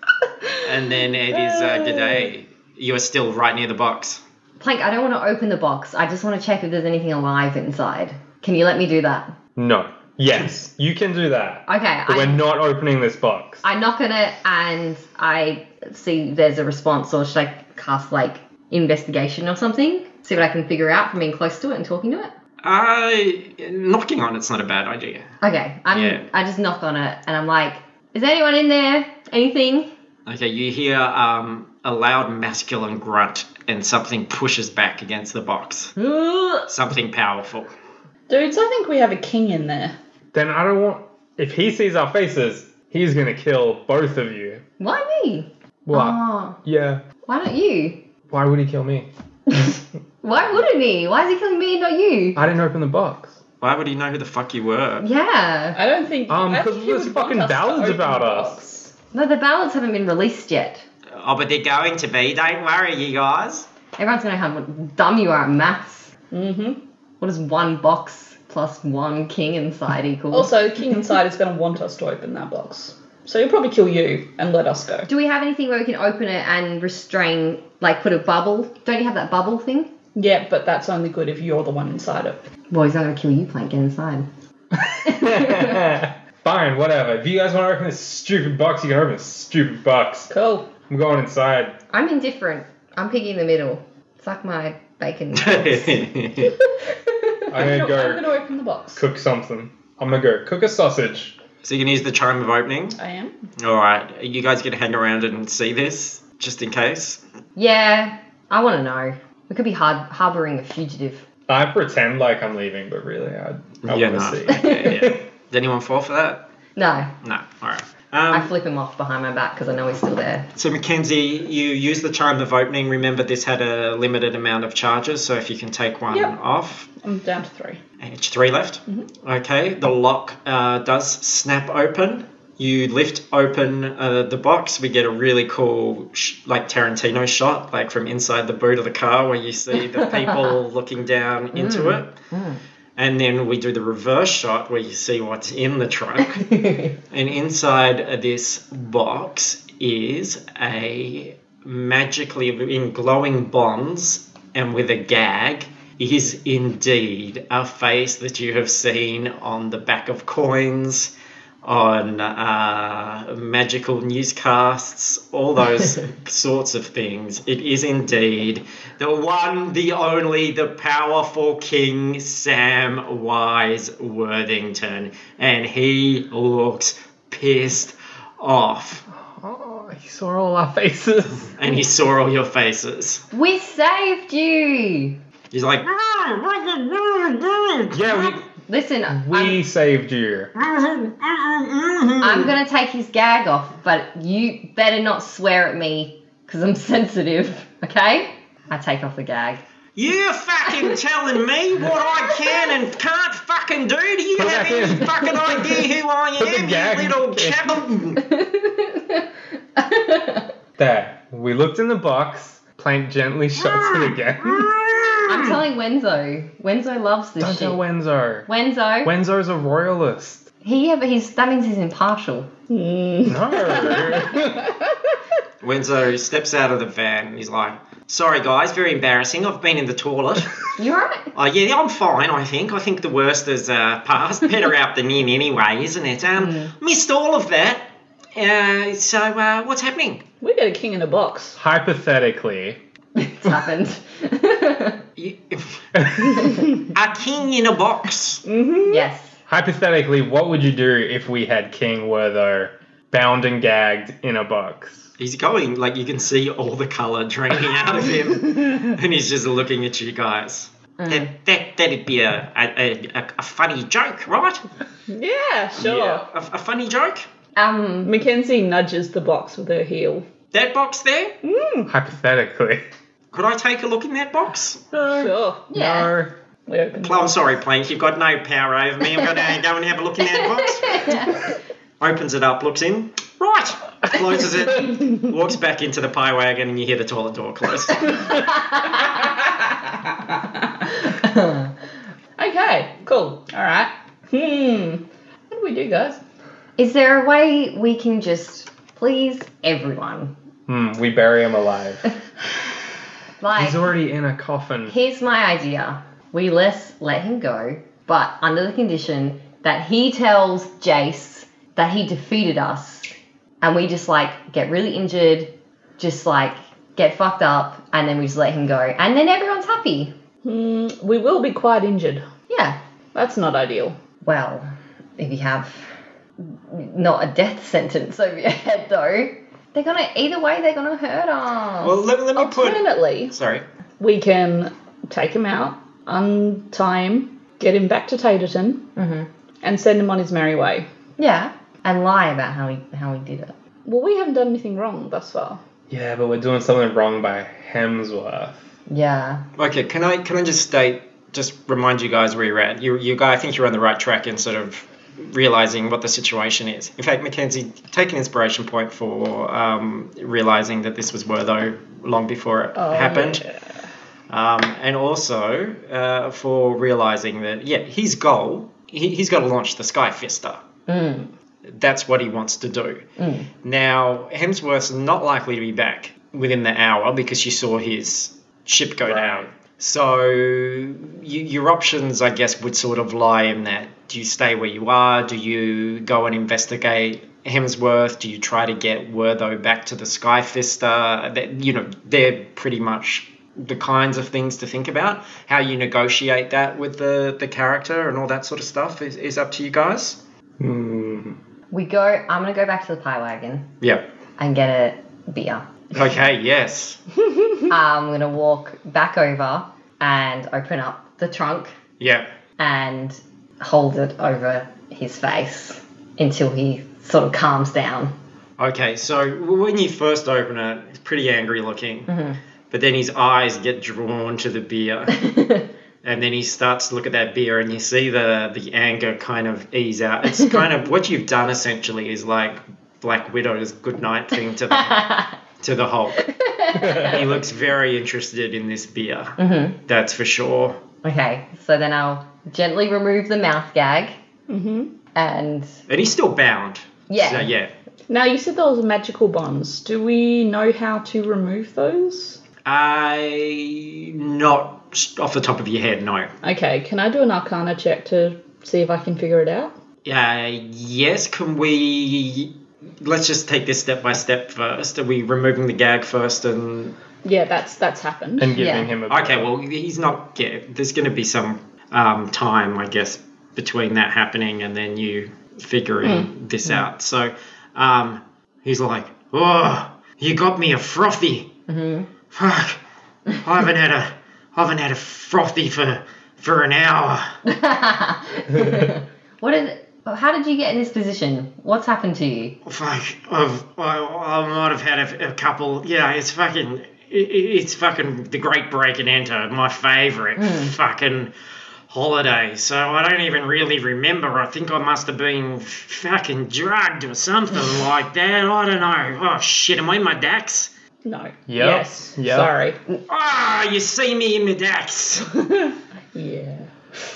S2: And then it is uh, G'day. You are still right near the box.
S4: Plank, I don't want to open the box. I just want to check if there's anything alive inside. Can you let me do that?
S5: No. Yes, you can do that.
S4: Okay.
S5: But we're
S4: I,
S5: not opening this box.
S4: I knock on it and I see there's a response, or should I cast like investigation or something? See what I can figure out from being close to it and talking to it?
S2: Uh, knocking on it's not a bad idea.
S4: Okay. I'm,
S2: Yeah.
S4: I just knock on it and I'm like, is anyone in there? Anything?
S2: Okay, you hear um, a loud masculine grunt and something pushes back against the box.
S4: Ugh.
S2: Something powerful.
S3: Dudes, I think we have a king in there.
S5: Then I don't want. If he sees our faces, he's gonna kill both of you.
S4: Why me?
S5: What?
S4: Oh,
S5: Yeah.
S4: why don't you?
S5: Why would he kill me?
S4: Why wouldn't he? Why is he killing me and not you?
S5: I didn't open the box.
S2: Why would he know who the fuck you were?
S4: Yeah.
S3: I don't think.
S5: Um,
S3: I think
S5: 'cause
S3: he
S5: there's
S3: would want
S5: fucking
S3: us to
S5: ballads
S3: open
S5: about
S3: the
S5: us.
S3: box.
S4: No, the ballads haven't been released yet.
S2: Oh, but they're going to be. Don't worry, you guys.
S4: Everyone's gonna have what dumb you are at maths.
S3: Mm-hmm.
S4: What does one box plus one king inside equal?
S3: Also, the king inside is going to want us to open that box, so he'll probably kill you and let us go.
S4: do we have anything where we can open it and restrain, like put a bubble? Don't you have that bubble thing?
S3: Yeah, but that's only good if you're the one inside it.
S4: Well, he's not gonna kill you, Plank. Get inside.
S5: Fine, whatever. If you guys want to open this stupid box, you can open this stupid box.
S3: Cool.
S5: I'm going inside.
S4: I'm indifferent. I'm picking the middle. Suck my bacon.
S2: so
S5: I'm gonna
S3: I'm going
S5: go
S3: to open the box.
S5: cook something. I'm gonna go cook a sausage.
S2: you can use the charm of opening.
S3: I am.
S2: All right, you guys gonna hang around and see this just in case?
S4: yeah, I want to know. We could be har- harboring a fugitive.
S5: I pretend like I'm leaving, but really, I, I
S2: Yeah,
S5: want
S2: nah.
S5: to see.
S2: Yeah, yeah. Did anyone fall for that?
S4: No,
S2: No. All right.
S4: I
S2: Um,
S4: flip him off behind my back because I know he's still there.
S2: so Mackenzie, you use the charm of opening. Remember, this had a limited amount of charges, so if you can take one
S3: Yep.
S2: off,
S3: I'm down to three.
S2: It's three left. Okay, the lock uh, does snap open. You lift open uh, the box. We get a really cool, sh- like Tarantino shot, like from inside the boot of the car, where you see the people looking down into it. And then we do the reverse shot, where you see what's in the trunk. and inside of this box is a magically in glowing bonds and with a gag is indeed a face that you have seen on the back of coins on uh, magical newscasts all those sorts of things it is indeed the one the only the powerful king sam wise worthington and he looks pissed off
S5: Oh, he saw all our faces.
S2: and he saw all your faces
S4: We saved you.
S2: He's like, "Ah, what the hell is this?"
S5: Yeah, we
S4: Listen,
S5: we
S4: I'm,
S5: saved you.
S4: I'm gonna take his gag off, but you better not swear at me because I'm sensitive. Okay? I take off the gag.
S2: You fucking telling me what I can and can't fucking do? Do you
S5: Put
S2: have
S5: back
S2: any
S5: in.
S2: fucking idea who I
S5: Put the
S2: am,
S5: gag
S2: you little
S5: in.
S2: cabin?
S5: looked in the box. Plant gently shuts
S2: Ah!
S5: it again.
S4: Ah. I'm telling Wenzo. Wenzo loves this
S5: Don't
S4: shit.
S5: tell Wenzo.
S4: Wenzo.
S5: Wenzo's a royalist.
S4: he ever he's that means he's impartial.
S3: Mm.
S5: No.
S2: Wenzo steps out of the van. He's like, "Sorry guys, very embarrassing. I've been in the toilet.
S4: You're right.
S2: uh, yeah, I'm fine. I think. I think the worst is uh, past. Better out than in, anyway, isn't it? Um, missed all of that. Uh, so uh, what's happening?
S3: We got a king in a box.
S5: Hypothetically,
S4: It's happened.
S2: You- a king in a box.
S3: Mm-hmm.
S4: yes.
S5: hypothetically, what would you do if we had King Wertho bound and gagged in a box?
S2: He's going like you can see all the color draining out of him, and he's just looking at you guys.
S4: Mm.
S2: That, that that'd be a a, a, a funny joke, right?
S3: Yeah, sure.
S2: A, a funny joke.
S4: Um
S3: Mackenzie nudges the box with her heel.
S2: That box there.
S3: Mm,
S5: Hypothetically.
S2: Could I take a look in that box?
S3: sure.
S4: yeah.
S5: No.
S3: We open the
S2: Well, I'm
S3: box.
S2: sorry, Plank. You've got no power over me. I'm gonna go and have a look in that box. Opens it up, looks in. Right. Closes it. Walks back into the pie wagon, and you hear the toilet door close.
S3: Okay, cool. All right. Hmm. What do we do, guys?
S4: Is there a way we can just please everyone?
S5: Hmm, we bury him alive.
S4: Like
S5: He's already in a coffin.
S4: Here's my idea. We less let him go, but under the condition that he tells Jace that he defeated us and we just like get really injured, just like get fucked up, and then we just let him go. And then everyone's happy.
S3: Hmm. We will be quite injured.
S4: Yeah.
S3: That's not ideal.
S4: Well, if you have not a death sentence over your head though, they're gonna either way they're gonna hurt us.
S2: Well, let, let me put.
S3: Alternately,
S2: Sorry.
S3: we can take him out, untie him, get him back to Taterton,
S2: Mm-hmm.
S3: and send him on his merry way.
S4: yeah. And lie about how he how he did it.
S3: Well, we haven't done anything wrong thus far.
S5: Yeah, but we're doing something wrong by Hemsworth.
S4: Yeah.
S2: Okay, can I can I just state just remind you guys where you're at? You you guys I think you're on the right track in sort of realizing what the situation is. In fact, Mackenzie, take an inspiration point for um, realizing that this was Wertho long before it happened. Um, and also uh, for realizing that yeah, his goal he, he's got to launch the Sky Fister. That's what he wants to do. Now Hemsworth's not likely to be back within the hour because you saw his ship go down. So you, your options, I guess, would sort of lie in that: do you stay where you are? Do you go and investigate Hemsworth? Do you try to get Wertho back to the Skyfister? That you know, they're pretty much the kinds of things to think about. How you negotiate that with the the character and all that sort of stuff is, is up to you guys.
S5: Hmm.
S4: We go I'm gonna go back to the pie wagon.
S2: Yeah.
S4: and get a beer.
S2: Okay. Yes.
S4: I'm gonna walk back over and open up the trunk
S2: Yeah.
S4: and hold it over his face until he sort of calms down.
S2: Okay, so when you first open it, it's pretty angry looking, but then his eyes get drawn to the beer, and then he starts to look at that beer, and you see the the anger kind of ease out. It's kind of what you've done essentially is like Black Widow's goodnight thing to the to the Hulk. he looks very interested in this beer, that's for sure.
S4: Okay, so then I'll gently remove the mouth gag
S3: Mm-hmm.
S4: and
S2: And he's still bound.
S4: yeah,
S2: So yeah,
S3: Now, you said those were magical bonds. Do we know how to remove those?
S2: I not off the top of your head, no.
S3: Okay, can I do an arcana check to see if I can figure it out?
S2: Uh, yes, can we? Let's just take this step by step first. Are we removing the gag first? And
S3: Yeah, that's that's happened.
S5: And giving
S4: Yeah.
S5: him a
S2: okay, well, he's not. Yeah, there's going to be some um, time, I guess, between that happening and then you figuring this out. So um, he's like, "Oh, you got me a frothy. Fuck, I haven't had a, I haven't had a frothy for for an hour."
S4: What did? How did you get in this position? What's happened to you?
S2: Fuck, I've, I, I might have had a, a couple. Yeah, it's fucking, it, it's fucking the Great Break and Enter, my favourite fucking holiday. So I don't even really remember. I think I must have been fucking drugged or something like that. I don't know. Oh shit, am I in my Dax?
S3: No.
S5: Yep.
S3: Yes.
S5: Yep.
S3: Sorry.
S2: Ah, you see me in mid axe.
S3: Yeah.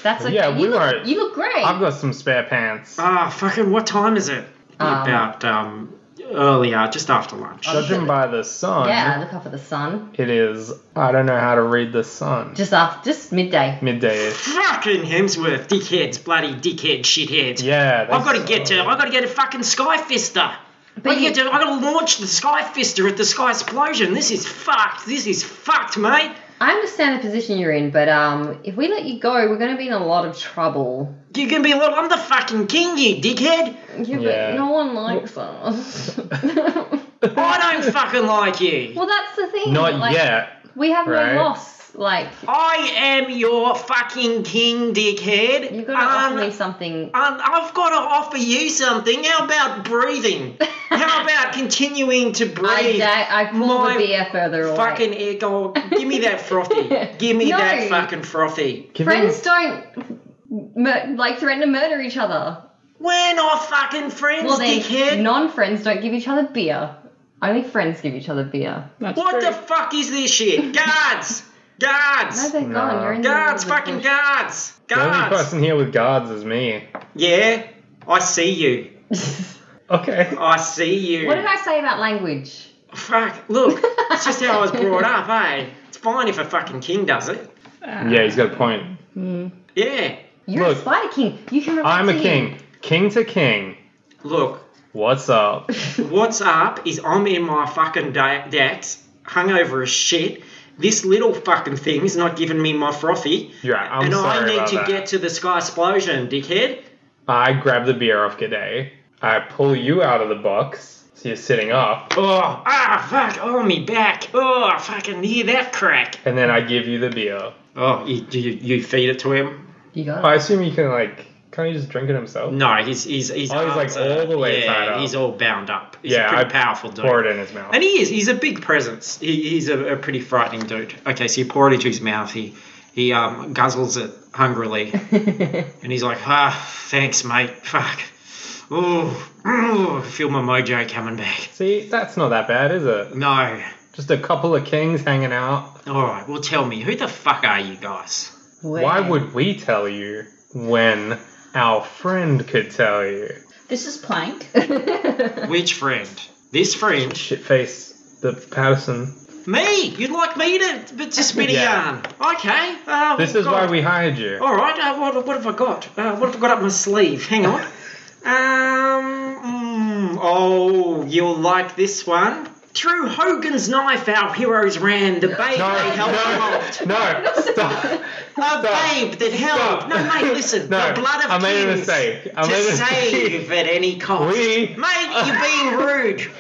S4: That's okay.
S5: Yeah,
S4: you
S5: we
S4: look,
S5: were-
S4: You look great.
S5: I've got some spare pants.
S2: Ah, fucking, what time is it?
S4: Um,
S2: About um, earlier, just after lunch.
S5: Judging by the sun,
S4: yeah, look up at the sun.
S5: it is. I don't know how to read the sun.
S4: Just after, just midday.
S5: Midday.
S2: Fucking Hemsworth, dickheads, bloody dickhead, shitheads.
S5: Yeah.
S2: I've got to
S5: that's-
S2: get to. I've got to get a fucking sky fister.
S4: But
S2: But you
S4: you-
S2: get to, I've got to launch the sky fister at the sky explosion. This is fucked. This is fucked, mate.
S4: I understand the position you're in, but um, if we let you go, we're going to be in a lot of trouble.
S2: You're gonna be like, I'm the fucking king, you dickhead.
S4: Yeah,
S5: Yeah.
S4: but no one likes us.
S2: I don't fucking like you.
S4: well, that's the thing.
S5: Not
S4: like,
S5: yet.
S4: We have
S5: right?
S4: no loss. Like
S2: I am your fucking king, dickhead.
S4: you've got to
S2: Um,
S4: offer me something.
S2: Um, I've got to offer you something. How about breathing? How about continuing to
S4: I,
S2: breathe?
S4: da- I pull
S2: my
S4: the beer further away.
S2: Fucking air gold. Give me that frothy. Give me
S4: No.
S2: that fucking frothy.
S5: Give him-
S4: friends don't mur- like threaten to murder each other.
S2: We're not fucking friends,
S4: Well,
S2: dickhead.
S4: then non-friends don't give each other beer. Only friends give each other beer.
S3: That's
S2: what
S3: true.
S2: the fuck is this shit? Guards!
S4: No,
S2: Guards!
S4: they're
S5: Nah.
S4: gone. You're in the
S2: guards!
S4: middle of the
S2: Fucking
S4: bush.
S2: guards!
S5: The only
S2: Guards!
S5: person here with guards is me.
S2: Yeah, I see you.
S5: Okay.
S2: I see you.
S4: What did I say about language?
S2: Fuck, look. it's just how I was brought up, eh? It's fine if a fucking king does it.
S3: Ah.
S5: Yeah, he's got a point.
S2: Yeah.
S4: You're
S5: Look,
S4: a spider king. You can. relate
S5: I'm
S4: to
S5: a
S4: him.
S5: king. King to king.
S2: Look,
S5: What's up?
S2: What's up is I'm in my fucking da- dax, hungover as shit. This little fucking thing's not giving me my frothy.
S5: Yeah, I'm
S2: and
S5: sorry
S2: I need
S5: about
S2: to
S5: that.
S2: get to the sky explosion, dickhead.
S5: I grab the beer off G'day. I pull you out of the box. So you're sitting up.
S2: Oh, ah, fuck, oh, me back. Oh, I fucking hear that crack.
S5: And then I give you the beer.
S2: Oh, you, you, you feed it to him?
S4: You got it.
S5: I assume you can, like, can't he just drink it himself?
S2: No, he's he's he's,
S5: Oh, he's, like,
S2: arms are-
S5: all the way
S2: yeah,
S5: tied up.
S2: He's all bound up. He's
S5: Yeah,
S2: a pretty
S5: I
S2: powerful dude.
S5: Pour it in his mouth.
S2: And he is. He's a big presence. He, he's a, a pretty frightening dude. Okay, so you pour it into his mouth. He he um, guzzles it hungrily, and he's like, "Ah, thanks, mate. Fuck. Ooh, ooh, feel my mojo coming back.
S5: See, that's not that bad, is it?
S2: No.
S5: Just a couple of kings hanging out.
S2: All right. Well, tell me, who the fuck are you guys?
S5: Why would we tell you when our friend could tell you?
S3: This is Plank.
S2: Which friend? This friend?
S5: Shitface the Patterson.
S2: Me? You'd like me to? But to spin a
S5: Yeah.
S2: yarn. Okay. Uh,
S5: This is why
S2: God.
S5: we hired you.
S2: All right. Uh, what, what have I got? Uh, what have I got up my sleeve? Hang on. Um. mm, oh, you'll like this one. Through Hogan's knife, our heroes ran. The babe
S5: No,
S2: they held aloft.
S5: no, no, stop.
S2: A babe that held.
S5: Stop.
S2: No, mate, listen.
S5: No,
S2: the blood of
S5: I made a
S2: kings
S5: mistake. I
S2: to
S5: made a
S2: save
S5: mistake.
S2: at any cost.
S5: We-
S2: Mate, you're being rude.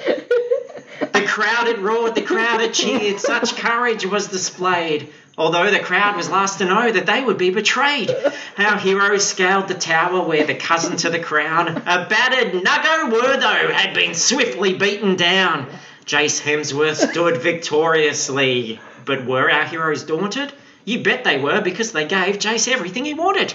S2: The crowd had roared, the crowd had cheered, such courage was displayed. Although the crowd was last to know that they would be betrayed. Our heroes scaled the tower where the cousin to the crown, a battered Nuggo Wortho, had been swiftly beaten down. Jace Hemsworth stood victoriously. But were our heroes daunted? You bet they were because they gave Jace everything he wanted.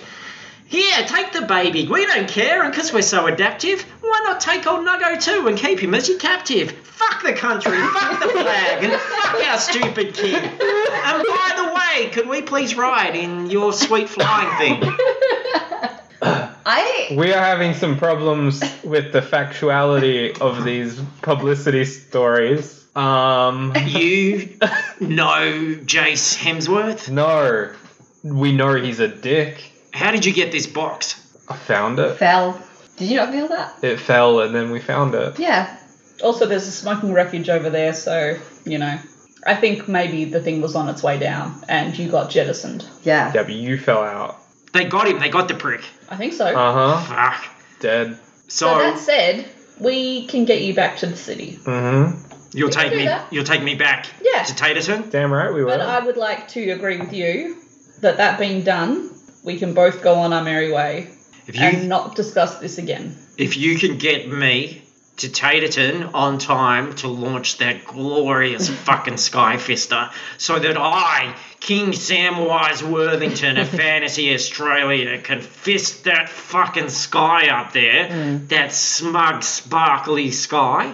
S2: Here, take the baby. We don't care, and because we're so adaptive, why not take old Nuggo too and keep him as your captive? Fuck the country, fuck the flag, and fuck our stupid kid. And by the way, could we please ride in your sweet flying thing?
S4: I?
S5: We are having some problems with the factuality of these publicity stories. Um,
S2: You know Jace Hemsworth?
S5: no, we know he's a dick.
S2: How did you get this box?
S5: I found it.
S4: Fell. Did you not feel that?
S5: It fell, and then we found it.
S4: Yeah.
S3: Also, there's a smoking refuge over there, so, you know. I think maybe the thing was on its way down and you got jettisoned.
S4: Yeah.
S5: Yeah, but you fell out.
S2: They got him, they got the prick.
S3: I think so.
S5: Uh huh.
S2: Fuck.
S5: Dead.
S3: so,
S2: So
S3: that said, we can get you back to the city.
S5: Mm hmm.
S2: you'll take
S3: do
S2: me
S3: that.
S2: you'll take me back
S3: Yeah.
S2: to Taterton?
S5: Damn right we
S3: But
S5: were.
S3: I would like to agree with you that that being done, we can both go on our merry way
S2: If
S3: and
S2: you
S3: not discuss this again.
S2: if you can get me to Taterton on time to launch that glorious fucking Skyfister so that I, King Samwise Worthington of Fantasy Australia, can fist that fucking sky up there, that smug, sparkly sky.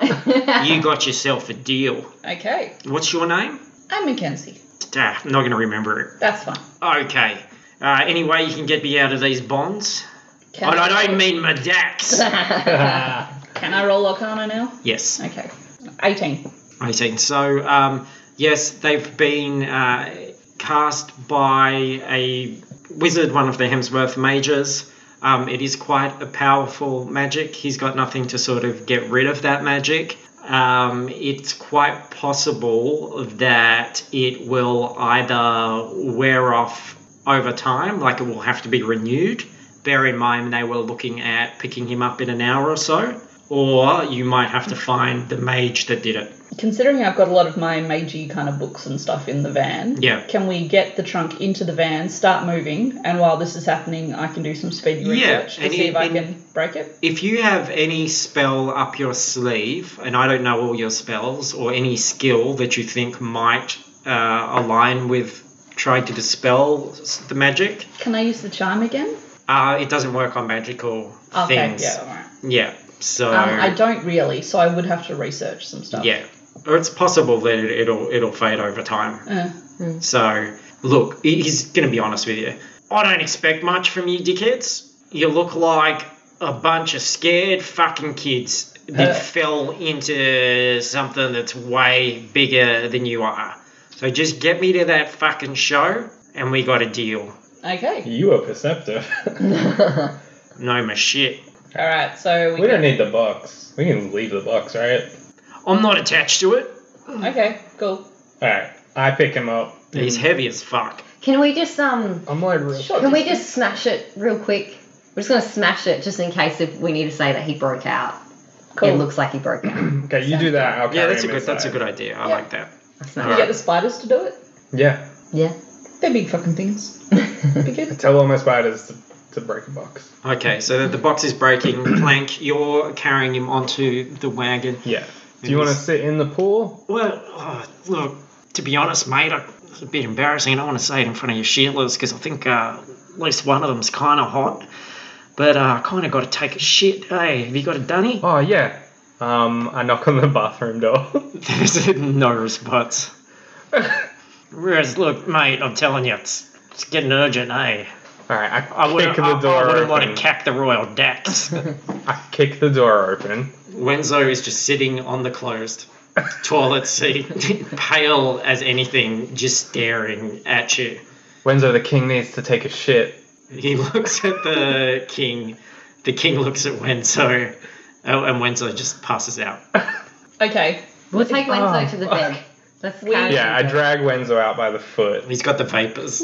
S2: you got yourself a deal.
S3: Okay.
S2: What's your name?
S3: I'm Mackenzie.
S2: Ah, I'm not going to remember it.
S3: That's fine.
S2: Okay. Uh, any way you can get me out of these bonds? And I don't mean my dax.
S3: Can I roll Arcana now?
S2: yes.
S3: Okay. 18.
S2: 18. So, um, yes, they've been uh, cast by a wizard, one of the Hemsworth mages. Um, it is quite a powerful magic. He's got nothing to sort of get rid of that magic. Um, it's quite possible that it will either wear off over time, like it will have to be renewed. Bear in mind they were looking at picking him up in an hour or so, or you might have to find the mage that did it.
S3: Considering I've got a lot of my magey kind of books and stuff in the van,
S2: Yeah.
S3: can we get the trunk into the van, start moving, and while this is happening, I can do some speedy
S2: Yeah,
S3: research to
S2: and
S3: see
S2: in-
S3: if I
S2: in-
S3: can break it?
S2: If you have any spell up your sleeve, and I don't know all your spells, or any skill that you think might uh, align with trying to dispel s- the magic,
S3: Can I use the charm again?
S2: uh, it doesn't work on magical
S3: Okay,
S2: things.
S3: yeah, all right.
S2: Yeah, So
S3: Um, I don't really, so I would have to research some stuff.
S2: yeah, or it's possible that it, it'll it'll fade over time.
S3: Uh,
S2: So look, he- he's gonna be honest with you. I don't expect much from you, dickheads. You look like a bunch of scared fucking kids that
S3: Uh.
S2: fell into something that's way bigger than you are. So just get me to that fucking show, and we got a deal.
S3: okay.
S5: You are perceptive.
S2: No my shit.
S3: All right, so we,
S5: we don't need the box. We can leave the box, right?
S2: I'm not attached to it.
S3: Okay, cool.
S5: Alright. I pick him up. Mm.
S2: He's heavy as fuck.
S4: Can we just um?
S5: I'm like, real.
S3: Short
S4: Can we
S3: distance.
S4: just smash it real quick? We're just gonna smash it just in case if we need to say that he broke out.
S3: Cool.
S4: It looks like he broke out.
S5: Okay, you do that. I'll
S2: Yeah,
S5: carry
S2: that's a
S5: him
S2: good. That's a
S5: inside.
S2: good idea. I
S3: Yeah.
S2: like that.
S4: I
S3: Can we
S4: smash
S3: get
S4: it.
S3: the spiders to do it?
S5: Yeah.
S4: Yeah.
S3: They're big fucking things. Be good.
S5: Tell all my spiders to, to break a box.
S2: Okay, so the, the box is breaking. Plank, you're carrying him onto the wagon.
S5: Yeah. Do
S2: It
S5: you want to
S2: is-
S5: sit in the pool?
S2: Well, oh, look, to be honest, mate, I, it's a bit embarrassing. I don't want to say it in front of your sheilas because I think uh, at least one of them's kind of hot. But uh, I kind of got to take a shit. Hey, have you got a dunny?
S5: Oh yeah. Um, I knock on the bathroom door.
S2: There's no response. Whereas, look, mate, I'm telling you, it's, it's getting urgent, eh?
S5: All right, I,
S2: I
S5: kick
S2: wouldn't,
S5: the
S2: I,
S5: door
S2: I wouldn't want
S5: open.
S2: to cack the royal dax.
S5: I kick the door open.
S2: Wenzo is just sitting on the closed toilet seat, pale as anything, just staring at you.
S5: Wenzo, the king needs to take a shit.
S2: He looks at the king. The king looks at Wenzo, oh, and Wenzo just passes out.
S3: Okay,
S4: We'll take Wenzo
S5: Oh,
S4: to the
S5: fuck.
S4: bed. Let's carry
S5: Yeah,
S4: him
S5: I
S4: to bed.
S5: drag Wenzo out by the foot,
S2: He's got the vapors.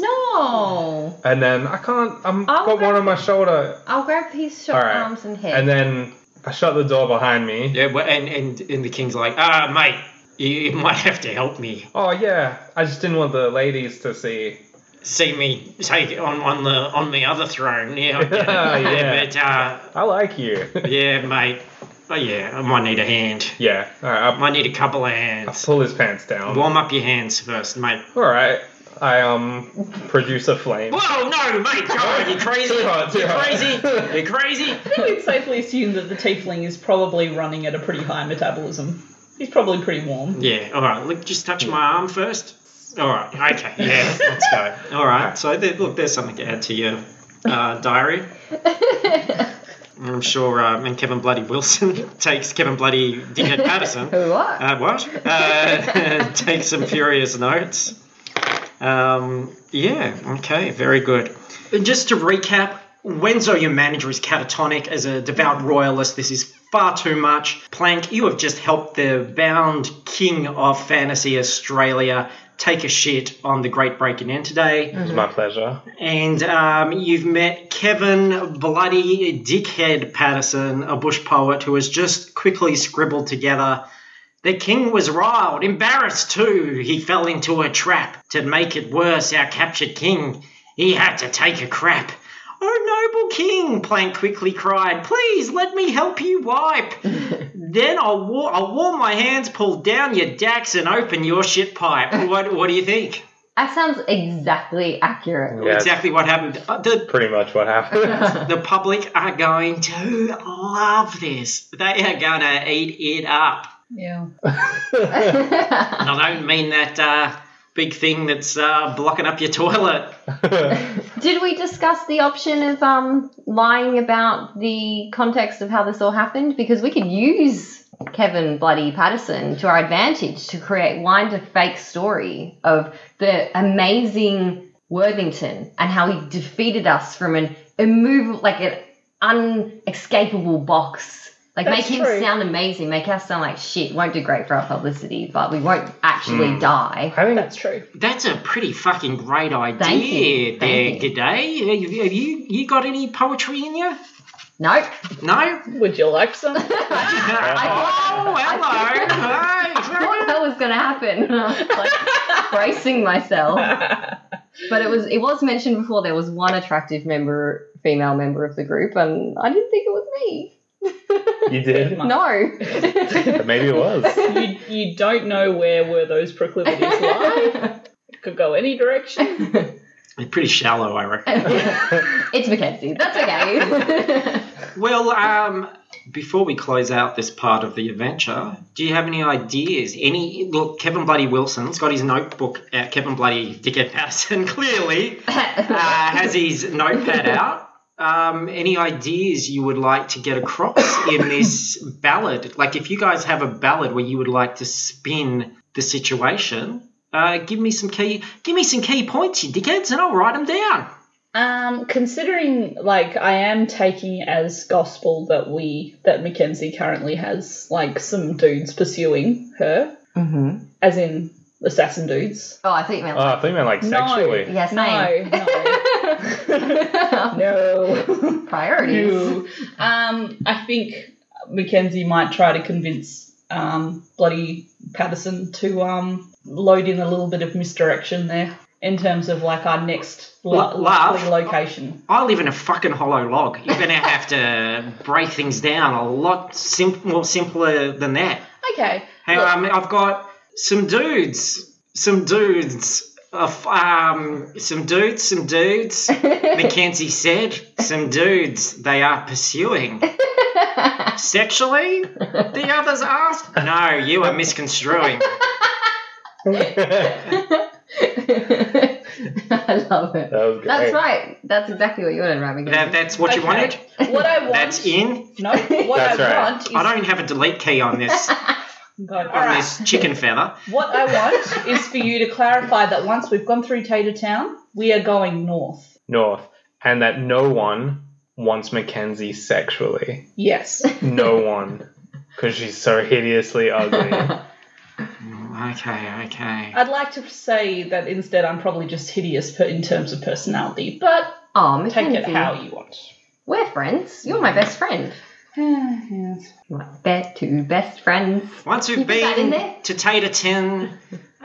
S4: No,
S5: and then I can't. I'm
S4: I'll
S5: got one
S4: grab-
S5: on my shoulder,
S4: I'll grab his short
S5: All right.
S4: arms and head.
S5: and then I shut the door behind me.
S2: Yeah, wh- and, and and the king's like, ah, mate, you, you might have to help me.
S5: Oh yeah, I just didn't want the ladies to see.
S2: See me take it on on the on the other throne. Yeah, I get it.
S5: Yeah.
S2: but uh,
S5: I like you.
S2: yeah, mate. Oh yeah, I might need a hand.
S5: yeah. All right,
S2: I
S5: I'll,
S2: might need a couple of
S5: I'll
S2: hands.
S5: pull his pants down.
S2: Warm up your hands first, mate.
S5: All right. I um produce a flame.
S2: Whoa, no, mate, God, you crazy?
S5: Too hot, too
S2: you
S5: hot.
S2: crazy? You crazy?
S3: I think we'd safely assume that the tiefling is probably running at a pretty high metabolism. He's probably pretty warm.
S2: Yeah, all right. Look, just touch my arm first. All right. Okay. Yeah. let's go. All right. So there, look, there's something to add to your uh, diary. I'm sure. Um, and Kevin Bloody Wilson takes Kevin Bloody Dickhead Patterson.
S4: Who what?
S2: Uh, what? Uh, takes some furious notes. Um, yeah. Okay. Very good. And just to recap, Wenzo, your manager, is catatonic. As a devout royalist, this is far too much. Plank, you have just helped the bound king of fantasy Australia take a shit on the Great Breaking In today.
S5: It was my pleasure.
S2: And um, you've met Kevin Bloody Dickhead Patterson, a bush poet who has just quickly scribbled together. The king was riled, embarrassed too. He fell into a trap. To make it worse, our captured king, he had to take a crap. Oh, noble king, Plank quickly cried, please let me help you wipe. Then I'll, wa- I'll warm my hands, pull down your dax, and open your shit pipe. What, what do you think?
S4: That sounds exactly accurate.
S5: Yeah,
S2: Exactly what happened. Uh, The,
S5: pretty much what happened.
S2: the public are going to love this. They are going to eat it up.
S3: Yeah.
S2: And I don't mean that uh, big thing that's uh, blocking up your toilet.
S4: Did we discuss the option of um, lying about the context of how this all happened? Because we could use Kevin Bloody Patterson to our advantage to create one to fake story of the amazing Worthington and how he defeated us from an immovable, like an unescapable box. Like
S3: That's
S4: make him
S3: true.
S4: sound amazing, make us sound like shit. Won't do great for our publicity, but we won't actually
S5: Hmm.
S4: die.
S5: I think
S3: That's true.
S2: That's a pretty fucking great idea
S4: Thank you. Thank
S2: there,
S4: you.
S2: good day. Have you, have you you got any poetry in you?
S4: Nope.
S2: No?
S3: Would you like some?
S2: oh,
S4: I
S2: hello.
S4: thought that was gonna happen. I was like bracing myself. But it was it was mentioned before there was one attractive member female member of the group and I didn't think it was me.
S5: you did.
S4: No.
S5: Maybe it was.
S3: you, you don't know where were those proclivities lie. It could go any direction.
S2: They're pretty shallow, I reckon.
S4: it's Mackenzie. That's okay.
S2: Well, um, before we close out this part of the adventure, do you have any ideas? Any look, Kevin Bloody Wilson's got his notebook out. Kevin Bloody Dickhead Patterson clearly uh, has his notepad out. Um, any ideas you would like to get across in this ballad? Like, if you guys have a ballad where you would like to spin the situation, uh, give me some key. Give me some key points, you dickheads, and I'll write them down.
S3: Um, considering like I am taking as gospel that we that Mackenzie currently has like some dudes pursuing her,
S4: mm-hmm.
S3: as in assassin dudes.
S4: Oh, I thought you meant
S5: Oh, I think man, like
S3: No.
S5: sexually.
S4: yes,
S3: No, no, no.
S4: Priorities.
S3: No. Um, I think Mackenzie might try to convince um, bloody Patterson to um, load in a little bit of misdirection there in terms of like our next
S2: La-
S3: lo-
S2: laugh.
S3: likely location.
S2: I live in a fucking hollow log. You're going to have to break things down a lot sim- more simpler than that.
S3: Okay.
S2: Hey,
S3: Look.
S2: um, I've got some dudes, some dudes, uh, f- um, some dudes, some dudes. Mackenzie said, some dudes they are pursuing. Sexually? The others asked? No, you are misconstruing.
S5: that
S4: I love it.
S5: was great.
S4: That's right. That's exactly what you wanted, right, Mackenzie?
S2: That, that's what you
S3: Okay.
S2: wanted?
S3: What I want.
S2: That's in?
S3: No, what
S5: That's
S3: I
S5: right.
S3: want is.
S2: I don't have a delete key on this,
S3: God,
S2: on
S3: all right.
S2: this chicken feather.
S3: What I want is for you to clarify that once we've gone through Tater Town, we are going north.
S5: North, and that no one wants Mackenzie sexually.
S3: Yes.
S5: No one, because she's so hideously ugly.
S2: Okay, okay.
S3: I'd like to say that instead I'm probably just hideous per- in terms of personality, but
S4: Oh,
S3: take
S4: Mackenzie.
S3: it how you want.
S4: We're friends. You're my best friend.
S3: yes.
S4: My be- two best friends.
S2: Once we've
S4: You put that in there?
S2: been to Taterton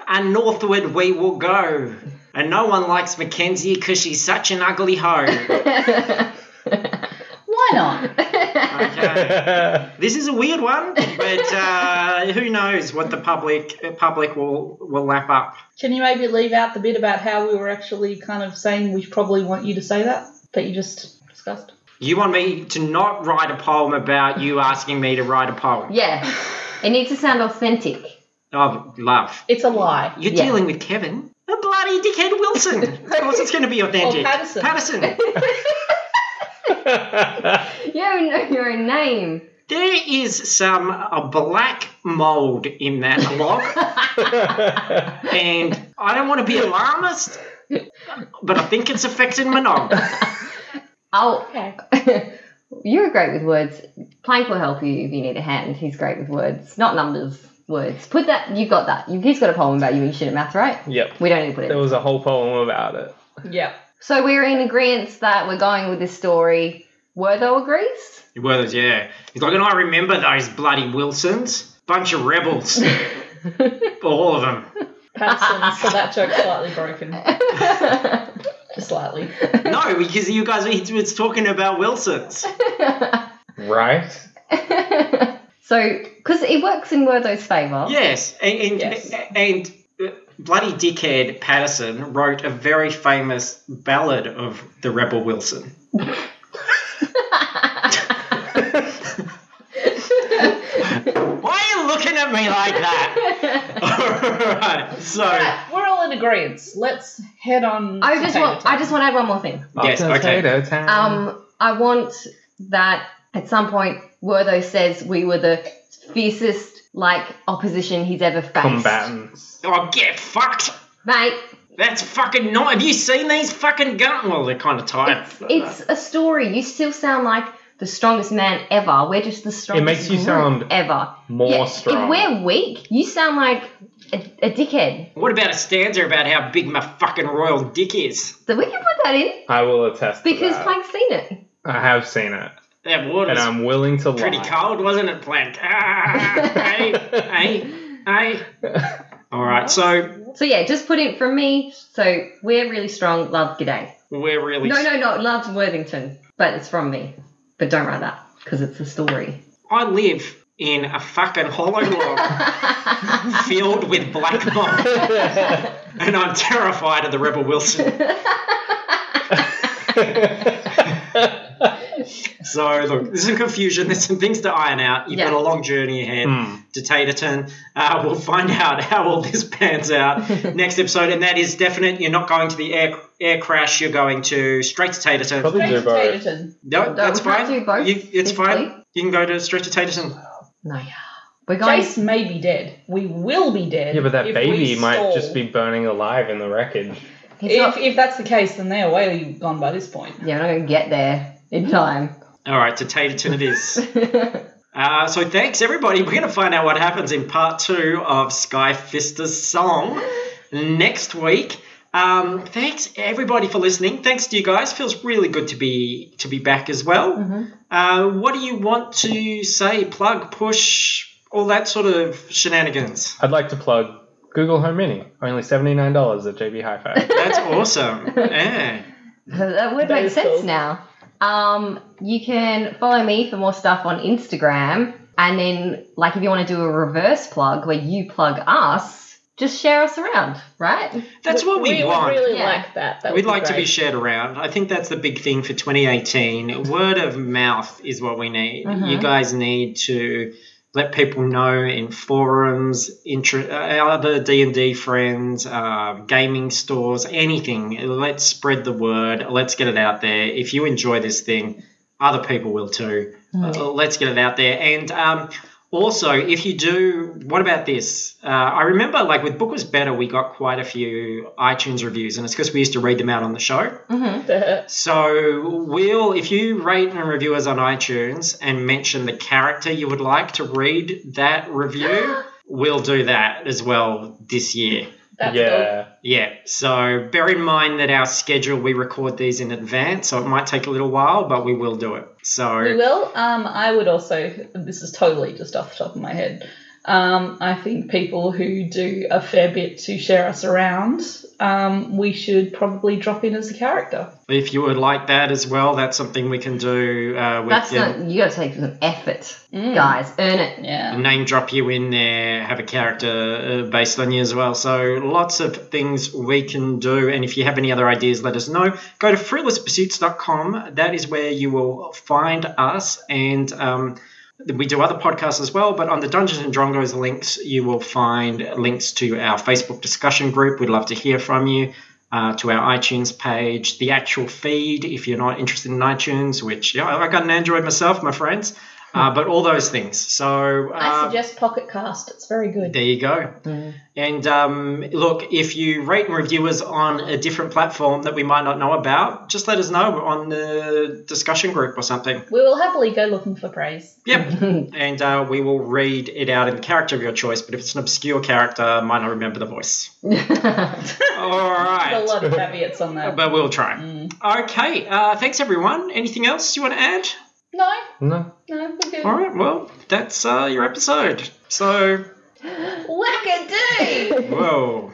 S2: and northward we will go. And no one likes Mackenzie because she's such an ugly hoe.
S3: Why not?
S2: Okay. this is a weird one, but uh, who knows what the public uh, public will will lap up.
S3: Can you maybe leave out the bit about how we were actually kind of saying we probably want you to say that, but you just discussed?
S2: You want me to not write a poem about you asking me to write a poem?
S4: yeah. It needs to sound authentic.
S2: Oh, love.
S3: It's a lie.
S2: You're
S4: Yeah.
S2: dealing with Kevin. A bloody dickhead Wilson. Of course it's going to be authentic.
S3: Or Patterson.
S2: Patterson.
S4: You don't know your own name.
S2: There is some a black mold in that log. and I don't want to be alarmist, but I think it's affecting my nog.
S4: I'll.
S3: Okay.
S4: You're great with words. Plank will help you if you need a hand. He's great with words, not numbers. Words. Put that. You got that. You, he's got a poem about you and shit at math, right?
S5: yep.
S4: We don't need to put it.
S5: There was a whole poem about it.
S3: Yeah.
S4: So we're in agreement that we're going with this story. Wertho agrees.
S2: Well, yeah. He's like, and I remember those bloody Wilsons. Bunch of rebels. All of them.
S3: Patterson, so that joke's slightly broken. Just slightly.
S2: No, because you guys, it's, it's talking about Wilsons.
S5: Right?
S4: So, because it works in Wordo's favour.
S2: Yes, and and,
S3: Yes.
S2: and uh, bloody dickhead Patterson wrote a very famous ballad of the Rebel Wilson. Why are you looking at me like that? All right, so
S3: We're all in agreement. Let's head on.
S4: I
S3: to
S4: just
S3: Tater
S4: want. I just want to add one more thing.
S2: Yes, okay.
S5: Potato time.
S4: Um, I want that at some point Wortho says we were the fiercest like opposition he's ever faced.
S5: Combatants.
S2: oh, get fucked.
S4: Mate,
S2: That's fucking not. Have you seen these fucking gun? Well, they're kind of tight.
S4: it's, it's a story. You still sound like the strongest man ever. We're just the strongest.
S5: makes you
S4: group
S5: sound
S4: ever
S5: More
S4: Yeah,
S5: strong.
S4: If we're weak, you sound like a, a dickhead.
S2: What about a stanza about how big my fucking royal dick is?
S4: So we can put that in
S5: I will attest to
S4: because
S5: that.
S4: Plank's seen it.
S5: I have seen it,
S2: That water's
S5: and um, I'm willing to
S2: pretty
S5: lie.
S2: cold, wasn't it, Plank? Ah, hey, hey, hey. All right, so
S4: So yeah, just put in from me. So we're really strong. Love G'day.
S2: we're really.
S4: No, no, no. Loves Worthington, but it's from me. But don't write that because it's a story.
S2: I live in a fucking hollow log filled with black mold, and I'm terrified of the Rebel Wilson. So look, there's some confusion. There's some things to iron out. You've
S4: Yeah.
S2: got a long journey ahead.
S5: Hmm.
S2: to Taterton. Uh, we'll find out how all this pans out next episode, and that is definite. You're not going to the air air crash. You're going to straight to Taterton.
S5: Probably
S3: Tater
S5: do both.
S3: Taterton.
S2: No, that's
S4: we can't
S2: fine.
S4: do both
S2: You, it's
S4: this
S2: fine.
S4: week.
S2: You can go to straight to Taterton.
S4: No, yeah. We're going.
S3: Jace may be dead. We will be dead.
S5: Yeah, but that
S3: if
S5: baby
S3: we
S5: might
S3: stall.
S5: just be burning alive in the wreckage.
S4: He's
S3: If,
S4: not-
S3: if that's the case, then they're way gone by this point.
S4: yeah, we're not going to get there in time.
S2: All right, to Taterton it is. Uh, so thanks everybody. We're going to find out what happens in part two of Sky Fista's song next week. Um, thanks everybody for listening. Thanks to you guys. Feels really good to be to be back as well.
S4: Mm-hmm.
S2: Uh, what do you want to say? Plug, push, all that sort of shenanigans.
S5: I'd like to plug Google Home Mini, only $79 at JB Hi-Fi.
S2: That's awesome. Yeah.
S4: that would
S3: That
S4: make
S3: is
S4: sense
S3: cool.
S4: now. Um, you can follow me for more stuff on Instagram, and then like if you want to do a reverse plug where you plug us, just share us around, right?
S2: That's what we,
S3: would
S2: want.
S3: really
S4: Yeah.
S3: like that. that
S2: We'd
S3: would
S2: like to be
S3: great.
S2: shared around. I think that's the big thing for 2018. Word of mouth is what we need.
S3: Mm-hmm.
S2: You guys need to let people know in forums, intra- uh, other D and D friends, uh, gaming stores, anything. Let's spread the word. Let's get it out there. If you enjoy this thing, other people will too.
S3: Hmm.
S2: Uh, let's get it out there. And um, also, if you do, what about this? Uh, I remember, like with Book Was Better, we got quite a few iTunes reviews, and it's because we used to read them out on the show.
S4: Mm-hmm.
S2: So we'll, if you rate and review us on iTunes and mention the character you would like to read that review, we'll do that as well this year.
S3: That's cool.
S5: yeah.
S2: Yeah, so bear in mind that our schedule, we record these in advance, so it might take a little while, but we will do it. So,
S3: We will. Um, I would also. This is totally just off the top of my head. Um, I think people who do a fair bit to share us around, um, we should probably drop in as a character.
S2: if you would like that as well, that's something we can do. Uh, we
S4: That's
S2: can
S4: not you got to take some effort,
S3: Hmm.
S4: guys. Earn it.
S3: Yeah.
S2: name drop you in there, have a character uh, based on you as well. So lots of things we can do. And if you have any other ideas, let us know. Go to fruitlesspursuits.com. That is where you will find us. And um, we do other podcasts as well, but on the Dungeons and Drongos links, you will find links to our Facebook discussion group. We'd love to hear from you. Uh, to our iTunes page, the actual feed, if you're not interested in iTunes, which yeah, I got an Android myself, my friends, uh, but all those things. So uh,
S3: Hmm. I suggest Pocket Cast. It's very good.
S2: there you go. And um, look, if you rate and review us on a different platform that we might not know about, just let us know on the discussion group or something.
S3: We will happily go looking for praise.
S2: Yep. and uh, we will read it out in the character of your choice. But if it's an obscure character, I might not remember the voice.
S3: Hmm.
S2: All
S3: There's a
S2: right.
S3: lot of caveats on that. Mm.
S2: But we'll try.
S3: Mm-hmm.
S2: Okay. Uh, thanks, everyone. Anything else you want to add?
S3: No,
S5: No.
S3: no, we're good.
S2: All right. Well, that's uh, your episode. So,
S4: Whack a
S2: whoa.